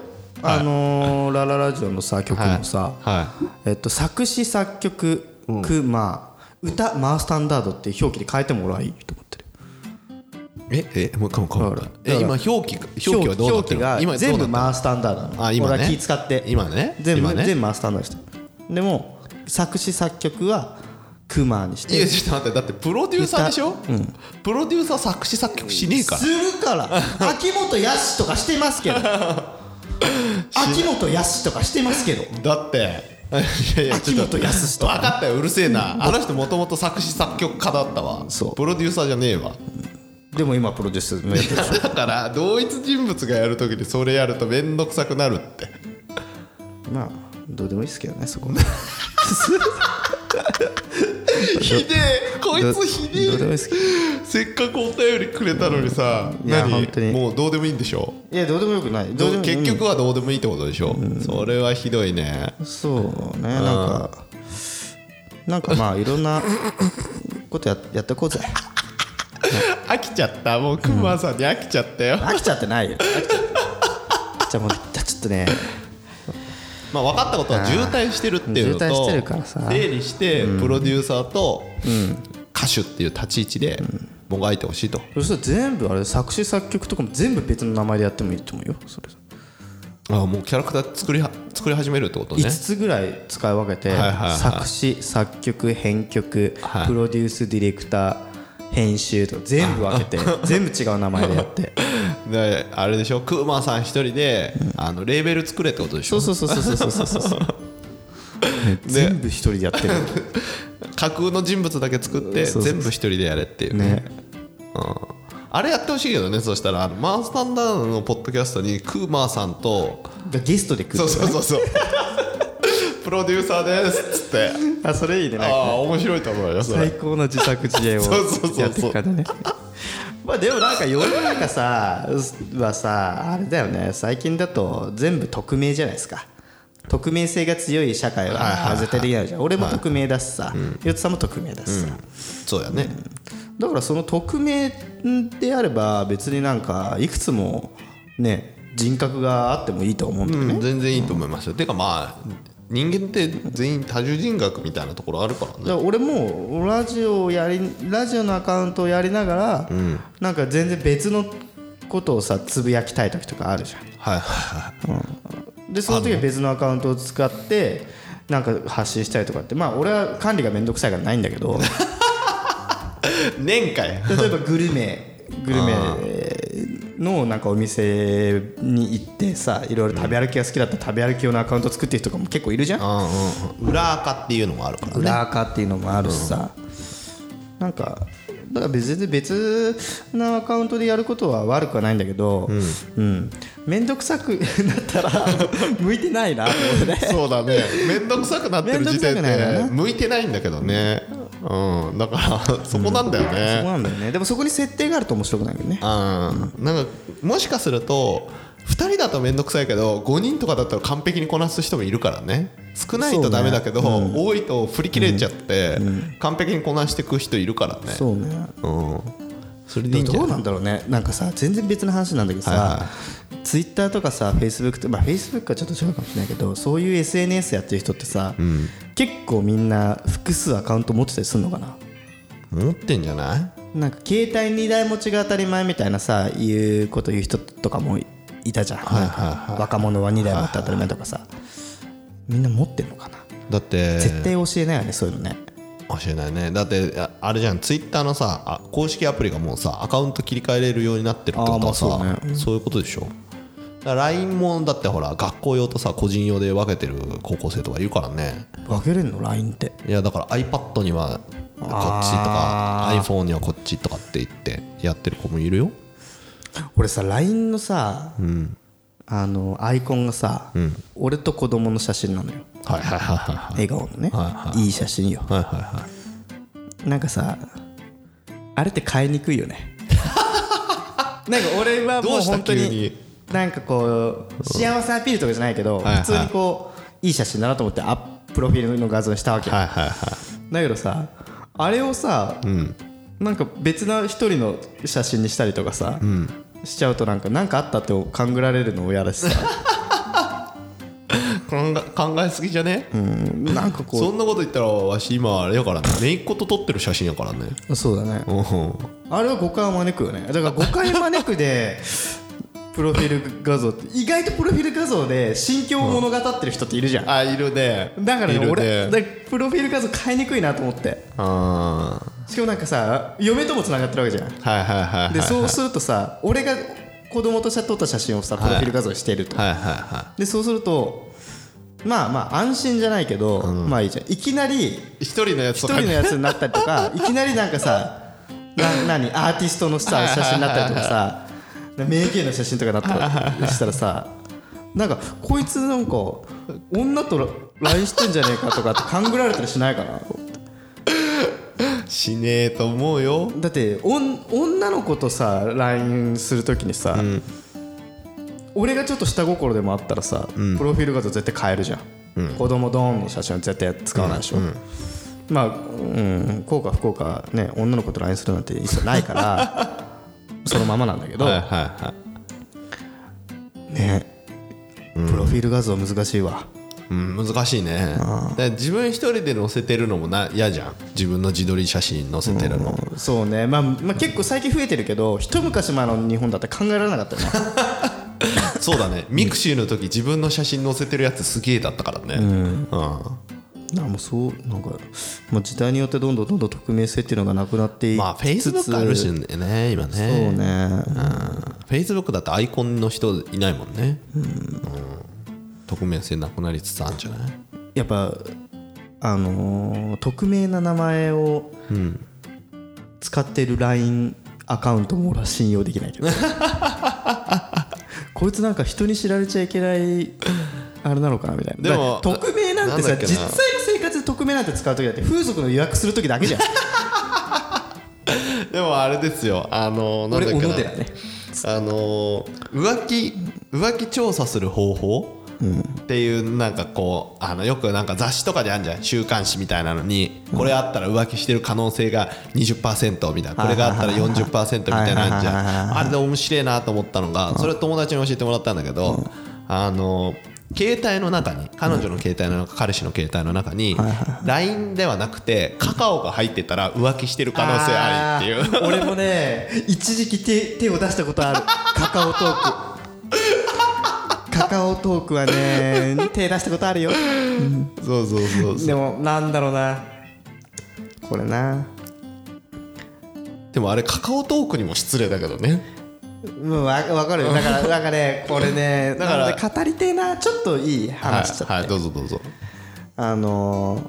[SPEAKER 1] あのーラララジオのさ曲もさ、
[SPEAKER 2] はい
[SPEAKER 1] えっと、作詞作曲クマ、歌マースタンダードっていう表記で変えてもらいいと思ってる
[SPEAKER 2] ええもう一回もかも
[SPEAKER 1] だから
[SPEAKER 2] え今
[SPEAKER 1] だ
[SPEAKER 2] 表記表記はどうなってるの
[SPEAKER 1] 表記
[SPEAKER 2] 今
[SPEAKER 1] が全部
[SPEAKER 2] どうな
[SPEAKER 1] マ
[SPEAKER 2] っ
[SPEAKER 1] ースタンダードなの
[SPEAKER 2] あ今ね
[SPEAKER 1] 俺は気使って
[SPEAKER 2] 今ね
[SPEAKER 1] 全部
[SPEAKER 2] 今ね
[SPEAKER 1] 全部マースタンダードしたでも作詞作曲はクマーにして
[SPEAKER 2] いやちょっと待ってだってプロデューサーでしょ、プロデューサー作詞作曲しねえから
[SPEAKER 1] するから 秋元康とかしてます けど秋元康とかしてますけど
[SPEAKER 2] だって いやいやち
[SPEAKER 1] 秋
[SPEAKER 2] ょっ
[SPEAKER 1] 元康と
[SPEAKER 2] 分かったようるせえなあの人もともと作詞作曲家だったわ
[SPEAKER 1] そう
[SPEAKER 2] プロデューサーじゃねえわ
[SPEAKER 1] でも今プロデュースもやってるし
[SPEAKER 2] だから同一人物がやるときにそれやると面倒くさくなるって
[SPEAKER 1] まあどうでもいいですけどねそ こ
[SPEAKER 2] ひでえこい
[SPEAKER 1] ど
[SPEAKER 2] つひ
[SPEAKER 1] どうでもいい
[SPEAKER 2] でえ
[SPEAKER 1] ですけど
[SPEAKER 2] せっかくお便りくれたのにさ
[SPEAKER 1] いや
[SPEAKER 2] 何
[SPEAKER 1] 本当に
[SPEAKER 2] もうどうでもいいんでしょ
[SPEAKER 1] いやどうでもよくないどうでも
[SPEAKER 2] 結局はどうでもいいってことでしょ、それはひどいね
[SPEAKER 1] そうねなんかなんかまあいろんなことややってこうぜ
[SPEAKER 2] 飽きちゃったもうクマさんに飽きちゃったよ、
[SPEAKER 1] 飽きちゃってないよ飽きちゃってじゃあもうじゃあちょっとね
[SPEAKER 2] まあ分かったことは渋滞してるっていうの
[SPEAKER 1] あー渋滞
[SPEAKER 2] と
[SPEAKER 1] してるからさ
[SPEAKER 2] 整理してプロデューサーと歌手っていう立ち位置でもがいてほしいと
[SPEAKER 1] そしたら全部あれ作詞作曲とかも全部別の名前でやってもいいと思うよそれ
[SPEAKER 2] ああもうキャラクター作りは作り始めるってことね
[SPEAKER 1] 5つぐらい使い分けて、
[SPEAKER 2] はいはいはい
[SPEAKER 1] 作詞作曲編曲、
[SPEAKER 2] はい
[SPEAKER 1] プロデュースディレクター編集とか全部分けて全部違う名前でやって
[SPEAKER 2] であれでしょクーマさん一人であのレーベル作れってことでし
[SPEAKER 1] そ
[SPEAKER 2] ょ
[SPEAKER 1] うそうそうそうそうそうそうそう 全部一 人でやってる
[SPEAKER 2] 架空の人物だけ作って
[SPEAKER 1] そうそうそう
[SPEAKER 2] 全部一人でやれっていう
[SPEAKER 1] ね
[SPEAKER 2] あれやってほしいけどねそしたらあのマースタンダードのポッドキャストにクーマーさんと
[SPEAKER 1] がゲストで来る
[SPEAKER 2] そうそうそ うそうプロデューサーですっつって
[SPEAKER 1] あそれいいねなん
[SPEAKER 2] あ
[SPEAKER 1] か
[SPEAKER 2] あ面白いと思うよそれ
[SPEAKER 1] 最高の自作自演を
[SPEAKER 2] そうそうそうそ う
[SPEAKER 1] やっていく感じねまあぱでもなんか世の中さはさあれだよね最近だと全部匿名じゃないですか匿名性が強い社会は絶対できないじゃん俺も匿名だしさヨツさんも匿名だしさ
[SPEAKER 2] そうやね、
[SPEAKER 1] だからその匿名であれば別になんかいくつもね人格があってもいいと思うんだよ
[SPEAKER 2] う
[SPEAKER 1] ね、
[SPEAKER 2] ん、全然いいと思いますよ、てかまあ人間って全員多重人格みたいなところあるから
[SPEAKER 1] だ
[SPEAKER 2] ね
[SPEAKER 1] から俺もラジオをやりラジオのアカウントをやりながら、なんか全然別のことをさつぶやきたい時とかあるじゃ
[SPEAKER 2] はいはいはい
[SPEAKER 1] んでその時は別のアカウントを使ってなんか発信したりとかってまあ俺は管理が面倒くさいからないんだけど
[SPEAKER 2] 年会
[SPEAKER 1] 例えばグルメグルメのなんかお店に行ってさいろいろ食べ歩きが好きだったら食べ歩き用のアカウント作ってる人とかも結構いるじゃん
[SPEAKER 2] うんうん、裏垢っていうのもあるからね
[SPEAKER 1] 裏垢っていうのもあるしさ、なんかだから別に別なアカウントでやることは悪くはないんだけど面倒、うん面倒くさくなったら 向いてないなと思ってね
[SPEAKER 2] そうだね面倒くさくなってる時
[SPEAKER 1] 面倒くさ
[SPEAKER 2] 点
[SPEAKER 1] くない
[SPEAKER 2] で
[SPEAKER 1] よね
[SPEAKER 2] 向いてないんだけどねうんだからそこなんだよ
[SPEAKER 1] そう
[SPEAKER 2] ね
[SPEAKER 1] なんだよねでもそこに設定があると面白くないよね
[SPEAKER 2] うんなんかもしかすると2人だと面倒くさいけど5人とかだったら完璧にこなす人もいるからね少ないとダメだけど、多いと振り切れちゃって、完璧にこなしてく人いるからね
[SPEAKER 1] そうね
[SPEAKER 2] うんそれでいいんじゃ
[SPEAKER 1] どう
[SPEAKER 2] ない
[SPEAKER 1] なんだろうねなんかさ全然別の話なんだけどさ、
[SPEAKER 2] はいは
[SPEAKER 1] ツイッターとかさフェイスブックとまあフェイスブックはちょっと違うかもしれないけどそういう SNS やってる人ってさ、結構みんな複数アカウント持ってたりするのかな
[SPEAKER 2] 持ってんじゃない
[SPEAKER 1] なんか携帯2台持ちが当たり前みたいなさいうこと言う人とかもいたじゃん,、
[SPEAKER 2] いはいは
[SPEAKER 1] な
[SPEAKER 2] い
[SPEAKER 1] んか若者は2台持って当たり前とかさ、みんな持ってるのかな、
[SPEAKER 2] だって
[SPEAKER 1] 絶対教えないよねそういうのね
[SPEAKER 2] 教えないねだってああれじゃんツイッターのさあ公式アプリがもうさアカウント切り替えれるようになってるってことはさ、
[SPEAKER 1] あーまあそう
[SPEAKER 2] そういうことでしょだから LINE もだってほら学校用とさ個人用で分けてる高校生とかいるからね
[SPEAKER 1] 分けれんの LINE って
[SPEAKER 2] いやだから iPad にはこっちとか
[SPEAKER 1] あ
[SPEAKER 2] iPhone にはこっちとかって言ってやってる子もいるよ
[SPEAKER 1] 俺さ LINE のさ、あのアイコンがさ、俺と子供の写真なのよ
[SPEAKER 2] はいはいはいはいはい
[SPEAKER 1] 笑顔のね、
[SPEAKER 2] はい
[SPEAKER 1] い写真よ
[SPEAKER 2] はいはいはい
[SPEAKER 1] なんかさあれって買いにくいよ ねなんか俺は
[SPEAKER 2] ど
[SPEAKER 1] も
[SPEAKER 2] う
[SPEAKER 1] う
[SPEAKER 2] した
[SPEAKER 1] 本当
[SPEAKER 2] 急に
[SPEAKER 1] になんかこう幸せアピールとかじゃないけど
[SPEAKER 2] いはい
[SPEAKER 1] 普通にこういい写真だなと思ってアッププロフィールの画像にしたわけ
[SPEAKER 2] はい
[SPEAKER 1] だ
[SPEAKER 2] はいはい
[SPEAKER 1] けどさあれをさなんか別な一人の写真にしたりとかさしちゃうとなんか何かあったって勘ぐられるのも嫌だし さ
[SPEAKER 2] 考え考えすぎじゃね、
[SPEAKER 1] うんなんかこ
[SPEAKER 2] そんなこと言ったらわし今あれやからね姪っ子と撮ってる写真やからね
[SPEAKER 1] うそうだね
[SPEAKER 2] うん
[SPEAKER 1] あれは誤解を招くよねだから誤解を招くでプロフィール画像って意外とプロフィール画像で心境を物語ってる人っているじゃん、
[SPEAKER 2] あいるね
[SPEAKER 1] だからね
[SPEAKER 2] いるね
[SPEAKER 1] 俺だからプロフィール画像買いにくいなと思って
[SPEAKER 2] あ
[SPEAKER 1] しかもなんかさ嫁ともつながってるわけじゃん
[SPEAKER 2] ーはいはいはいはい
[SPEAKER 1] でそうするとさ俺が子供と撮った写真をさプロフィール画像にしてると、
[SPEAKER 2] はいはいは
[SPEAKER 1] でそうするとまあまあ安心じゃないけど、まあいいじゃんいきなり
[SPEAKER 2] い一人のやつ
[SPEAKER 1] 一
[SPEAKER 2] とか
[SPEAKER 1] 人の
[SPEAKER 2] ね
[SPEAKER 1] やつになったりとかいきなりなんかさな何アーティストのさ写真になったりとかさ名言の写真とかなったりしたらさなんかこいつなんか女と LINE してんじゃねえかとかって勘ぐられたりしないかな
[SPEAKER 2] しねえと思うよ
[SPEAKER 1] だっておん女の子とさ LINE するときにさ、俺がちょっと下心でもあったらさ、プロフィール画像絶対変えるじゃん、子供ドーンの写真は絶対使わないでしょ、まあ、うん、効果不効果ね女の子と LINE するなんて一切ないから そのままなんだけど、
[SPEAKER 2] はいはいはい
[SPEAKER 1] ねプロフィール画像難しいわ、
[SPEAKER 2] うん、難しいねだから自分一人で載せてるのもな嫌じゃん自分の自撮り写真載せてるの、
[SPEAKER 1] そうね、まあ、まあ結構最近増えてるけど一昔前の日本だって考えられなかったよね
[SPEAKER 2] そうだねミクシーの時自分の写真載せてるやつすげえだったからねうん、
[SPEAKER 1] あもうそうなんか、まあ、時代によってどんどんどんどん匿名性っていうのがなくなってい
[SPEAKER 2] まあフェイスブックあるしね今ね
[SPEAKER 1] そうね
[SPEAKER 2] フェイスブックだってアイコンの人いないもんね、うん、匿名性なくなりつつあるんじゃない
[SPEAKER 1] やっぱあのー匿名な名前を使ってる LINE アカウントも俺は信用できない けどこいつなんか人に知られちゃいけないあれなのかなみたいな
[SPEAKER 2] でも
[SPEAKER 1] だから匿名なんてさ
[SPEAKER 2] なんだっけ
[SPEAKER 1] 実
[SPEAKER 2] な
[SPEAKER 1] 際の生活で匿名なんて使う時だって風俗の予約する時だけじゃん
[SPEAKER 2] だ でもあれですよあのなん
[SPEAKER 1] 俺
[SPEAKER 2] だっ
[SPEAKER 1] 小
[SPEAKER 2] け
[SPEAKER 1] 野
[SPEAKER 2] な
[SPEAKER 1] 寺ね
[SPEAKER 2] あの浮気浮気調査する方法、っていうなんかこうあのよくなんか雑誌とかであるじゃん週刊誌みたいなのにこれあったら浮気してる可能性が20%みたいなこれがあったら40%みたいなのあるじ
[SPEAKER 1] はいはいはい
[SPEAKER 2] ゃんあれで面白いなと思ったのがそれ友達に教えてもらったんだけどあの携帯の中に彼女の携帯の中彼氏の携帯の中に LINE ではなくてカカオが入ってたら浮気してる可能性ありっていう
[SPEAKER 1] あー俺もね一時期手手を出したことあるカカオトークカカオトークはね手出したことあるよ
[SPEAKER 2] そうそうそうそう
[SPEAKER 1] でもなんだろうなこれな
[SPEAKER 2] でもあれカカオトークにも失礼だけどね
[SPEAKER 1] うんわ分 かるよだからなんかねこれね
[SPEAKER 2] だから
[SPEAKER 1] なので語りてえなちょっといい話しちゃって、
[SPEAKER 2] はい、はい、どうぞどうぞ
[SPEAKER 1] あの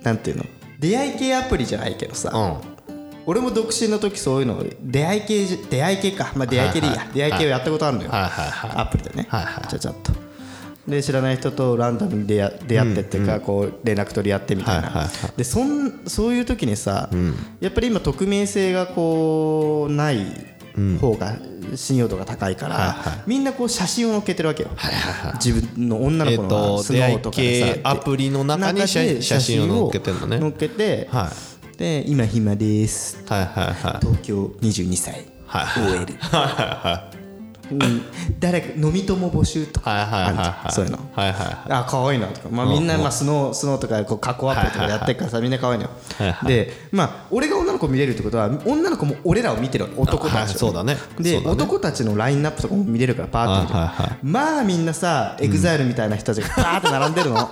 [SPEAKER 1] ー、なんていうの出会い系アプリじゃないけどさ、
[SPEAKER 2] う
[SPEAKER 1] 俺も独身の時そういうの出会い系じ出会い系か、まあ、出会い系でいいや、
[SPEAKER 2] はいはい
[SPEAKER 1] 出会い系をやったことあるのよ、
[SPEAKER 2] はいはいは
[SPEAKER 1] アプリでね、
[SPEAKER 2] はいはい
[SPEAKER 1] ちゃちゃっとで知らない人とランダムに出会出会ってっていうか、こう連絡取り合ってみたいな、
[SPEAKER 2] はいはいは
[SPEAKER 1] でそんそういう時にさ、やっぱり今匿名性がこうない方が信用度が高いから、みんなこう写真を載っけてるわけよ、自分の女の子
[SPEAKER 2] えっ
[SPEAKER 1] の
[SPEAKER 2] と
[SPEAKER 1] スノーとかでさ、
[SPEAKER 2] 出会い系アプリの中に写
[SPEAKER 1] 中で
[SPEAKER 2] 写真を載っけてんのね
[SPEAKER 1] 載っけて、
[SPEAKER 2] は
[SPEAKER 1] で今暇です
[SPEAKER 2] いはいはいはい
[SPEAKER 1] 東京22歳 OL うん 誰か飲み友募集とか
[SPEAKER 2] はいはいはい
[SPEAKER 1] あんじ
[SPEAKER 2] は
[SPEAKER 1] ゃん
[SPEAKER 2] い
[SPEAKER 1] そういうの
[SPEAKER 2] はいはいは
[SPEAKER 1] あ可愛いなとか、まあ、みんなまあスノースノーとかこう加工アプリとかやってるからさみんな可愛いのよ
[SPEAKER 2] はいはい
[SPEAKER 1] でまあ俺が女の子見れるってことは女の子も俺らを見てる男
[SPEAKER 2] は
[SPEAKER 1] た
[SPEAKER 2] い
[SPEAKER 1] ちを
[SPEAKER 2] そうだね
[SPEAKER 1] で
[SPEAKER 2] そうだね
[SPEAKER 1] 男たちのラインナップとかも見れるからパーって見てる
[SPEAKER 2] はいはいはい
[SPEAKER 1] まあみんなさエグザイルみたいな人たちがパーって並んでる の
[SPEAKER 2] い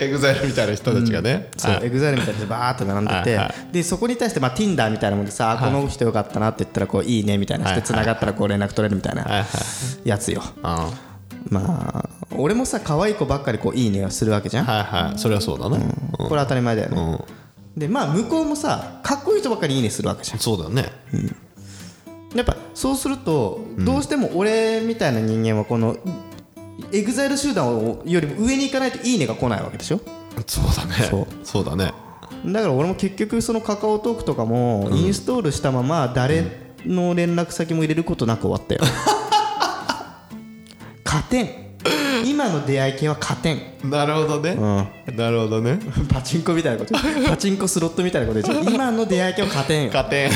[SPEAKER 2] エグザイルみたいな人たちがね、
[SPEAKER 1] そうエグザイルみたいな人バーっと並んでて、
[SPEAKER 2] はいは
[SPEAKER 1] でそこに対して、まあ、Tinder みたいなもんでさ、あこの人よかったなって言ったらこういいねみたいなして繋がったらこう連絡取れるみたい
[SPEAKER 2] はい
[SPEAKER 1] なやつよ
[SPEAKER 2] はい
[SPEAKER 1] まあ俺もさ可愛い子ばっかりこういいねをするわけじゃん、
[SPEAKER 2] はいはいそれはそうだね、
[SPEAKER 1] これ当たり前だよ
[SPEAKER 2] う
[SPEAKER 1] ね、
[SPEAKER 2] ん
[SPEAKER 1] でまあ向こうもさかっこいい人ばっかりいいねするわけじゃん
[SPEAKER 2] そうだね
[SPEAKER 1] やっぱそうすると、どうしても俺みたいな人間はこのエグザイル集団をよりも上に行かないといいねが来ないわけでしょ
[SPEAKER 2] そうだね
[SPEAKER 1] そう
[SPEAKER 2] そうだね
[SPEAKER 1] だから俺も結局そのカカオトークとかもインストールしたまま誰の連絡先も入れることなく終わったよ 加点今の出会い系は加点
[SPEAKER 2] なるほどね、なるほどね
[SPEAKER 1] パチンコみたいなことパチンコスロットみたいなこと でしょ今の出会い系は加点よ
[SPEAKER 2] 加点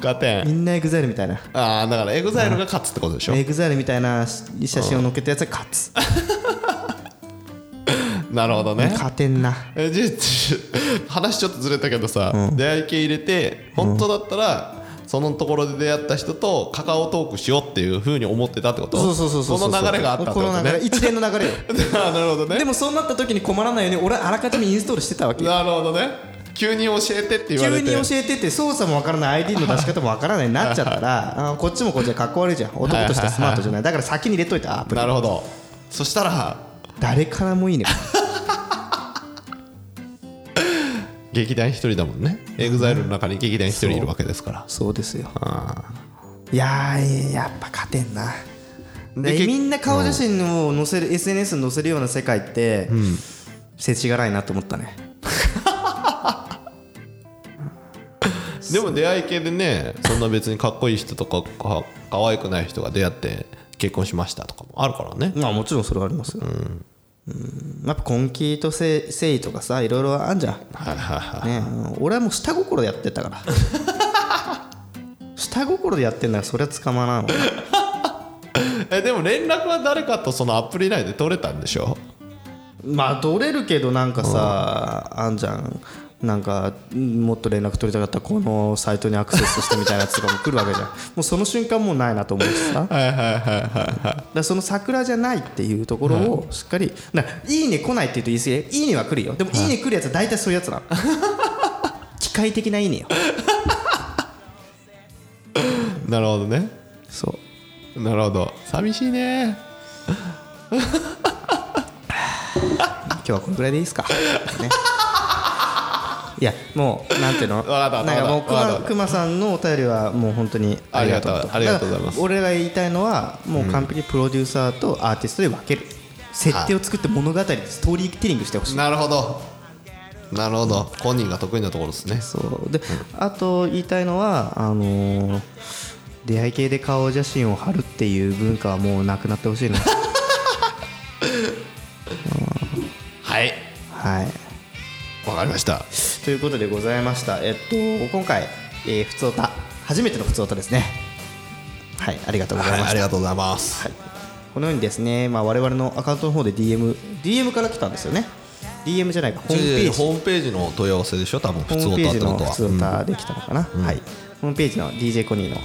[SPEAKER 2] 加
[SPEAKER 1] み
[SPEAKER 2] 点
[SPEAKER 1] んなエグザイルみたいな
[SPEAKER 2] ああだからエグザイルが勝つってことでしょ
[SPEAKER 1] エグザイルみたいな写真を載っけたやつが勝つ
[SPEAKER 2] なるほどね
[SPEAKER 1] 加点な
[SPEAKER 2] えじち 話ちょっとずれたけどさ、出会い系入れて本当だったら、そのところで出会った人とカカオトークしようっていうふうに思ってたってこと
[SPEAKER 1] そうそうそうそう
[SPEAKER 2] この流れがあったって
[SPEAKER 1] こ
[SPEAKER 2] こ
[SPEAKER 1] の
[SPEAKER 2] と
[SPEAKER 1] 流れ
[SPEAKER 2] ね
[SPEAKER 1] 一連の流れよ
[SPEAKER 2] あなるほどね
[SPEAKER 1] でもそうなった時に困らないように俺はあらかじめインストールしてたわけよ
[SPEAKER 2] なるほどね急に教えてって言わ
[SPEAKER 1] 急
[SPEAKER 2] れて
[SPEAKER 1] に教えてって操作もわからない ID の出し方もわからないになっちゃった らあこっちもこっちでかっこ悪いじゃん男としてはスマートじゃないだから先に入れといたアプリ
[SPEAKER 2] なるほどそしたら
[SPEAKER 1] 誰からもい いね
[SPEAKER 2] 劇団一人だもんねエグザイルの中に劇団一人いるわけですから
[SPEAKER 1] そうですよ
[SPEAKER 2] あ
[SPEAKER 1] いやーやっぱ勝てんな
[SPEAKER 2] で
[SPEAKER 1] で
[SPEAKER 2] 結
[SPEAKER 1] みんな顔写真を載せる SNS に載せるような世界って、世知辛いなと思ったね
[SPEAKER 2] ーでも出会い系でねそんな別にかっこいい人とかか可愛くない人が出会って結婚しましたとかもあるからね
[SPEAKER 1] まあもちろんそれはありますよ、うんやっぱ根気とせ誠意とかさいろいろあんじゃん、
[SPEAKER 2] はいはいはい
[SPEAKER 1] ね、俺はもう下心でやってた から下心でやってんならそりゃ捕まらんわ
[SPEAKER 2] えでも連絡は誰かとそのアプリ内で取れたんでしょ
[SPEAKER 1] まあ取れるけどなんかさあんじゃんなんかんもっと連絡取りたかったらこのサイトにアクセスしてみたいなやつとかも来るわけじゃんもうその瞬間もうないなと思うしさだからその桜じゃないっていうところをしっかり「ないいね来ない」って言うと言い過ぎだよいいねは来るよでも「いいね来るやつは大体そういうや つなの機械的ないいねよ
[SPEAKER 2] なるほどね
[SPEAKER 1] そう
[SPEAKER 2] なるほど寂しいね
[SPEAKER 1] 今日はこれぐらいでいいですか、ね、いやもうなんていうの
[SPEAKER 2] かったわかった
[SPEAKER 1] なんかもう
[SPEAKER 2] わかった
[SPEAKER 1] くまさんのお便りはもう本当にありがとう
[SPEAKER 2] ありがとうありがとうございます
[SPEAKER 1] だから俺が言いたいのはもう完璧にプロデューサーとアーティストで分ける設定を作って物語ストーリーテリングしてほしい
[SPEAKER 2] なるほどなるほど本人が得意なところですね
[SPEAKER 1] そうで、あと言いたいのはあのー出会い系で顔写真を貼るっていう文化はもうなくなってほし いな
[SPEAKER 2] はい
[SPEAKER 1] はい
[SPEAKER 2] わかりました
[SPEAKER 1] ということでございましたえっと今回、えー、ふつおた初めてのふつおたですねはいありがとうございま
[SPEAKER 2] は
[SPEAKER 1] し
[SPEAKER 2] い
[SPEAKER 1] た、
[SPEAKER 2] ありがとうございます
[SPEAKER 1] はい、このようにですね、まあ、我々のアカウントの方で DM, DM から来たんですよね DM じゃないかホ
[SPEAKER 2] ホ
[SPEAKER 1] ームページ
[SPEAKER 2] ホームページの問い合わせでしょ多分普
[SPEAKER 1] ホ
[SPEAKER 2] 通
[SPEAKER 1] ームペ
[SPEAKER 2] 歌
[SPEAKER 1] ー
[SPEAKER 2] っ
[SPEAKER 1] ジ
[SPEAKER 2] て
[SPEAKER 1] の
[SPEAKER 2] こと
[SPEAKER 1] 普
[SPEAKER 2] は
[SPEAKER 1] 通歌で来たのかな、
[SPEAKER 2] ん
[SPEAKER 1] はい、ホームページの DJ コニーの、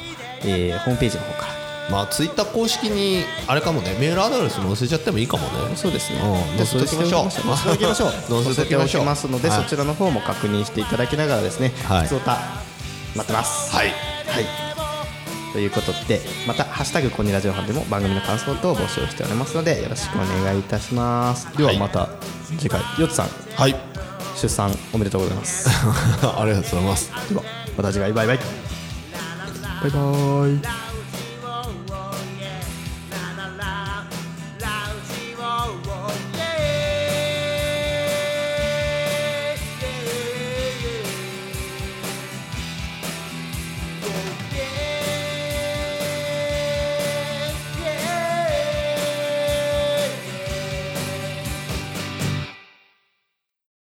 [SPEAKER 1] えーホームページの方から
[SPEAKER 2] まあツイッター公式にあれかもねメールアドレス載せちゃってもいいかもね
[SPEAKER 1] そうですね
[SPEAKER 2] うん
[SPEAKER 1] で
[SPEAKER 2] 載せときましょう
[SPEAKER 1] 載せときまし ょう
[SPEAKER 2] 載せときましょ
[SPEAKER 1] 載せてお
[SPEAKER 2] う
[SPEAKER 1] きますので、
[SPEAKER 2] はい
[SPEAKER 1] そちらの方も確認していただきながらですね、
[SPEAKER 2] はい
[SPEAKER 1] 普通歌待ってます
[SPEAKER 2] はい
[SPEAKER 1] はいということでまた「ハッシュタグコニラジオ」班でも番組の感想等を募集しておりますのでよろしくお願いいたしますではまた次回よつさん
[SPEAKER 2] はい
[SPEAKER 1] 出産おめでとうございます
[SPEAKER 2] ありがとうございます
[SPEAKER 1] ではまた次回バイバイバイバイ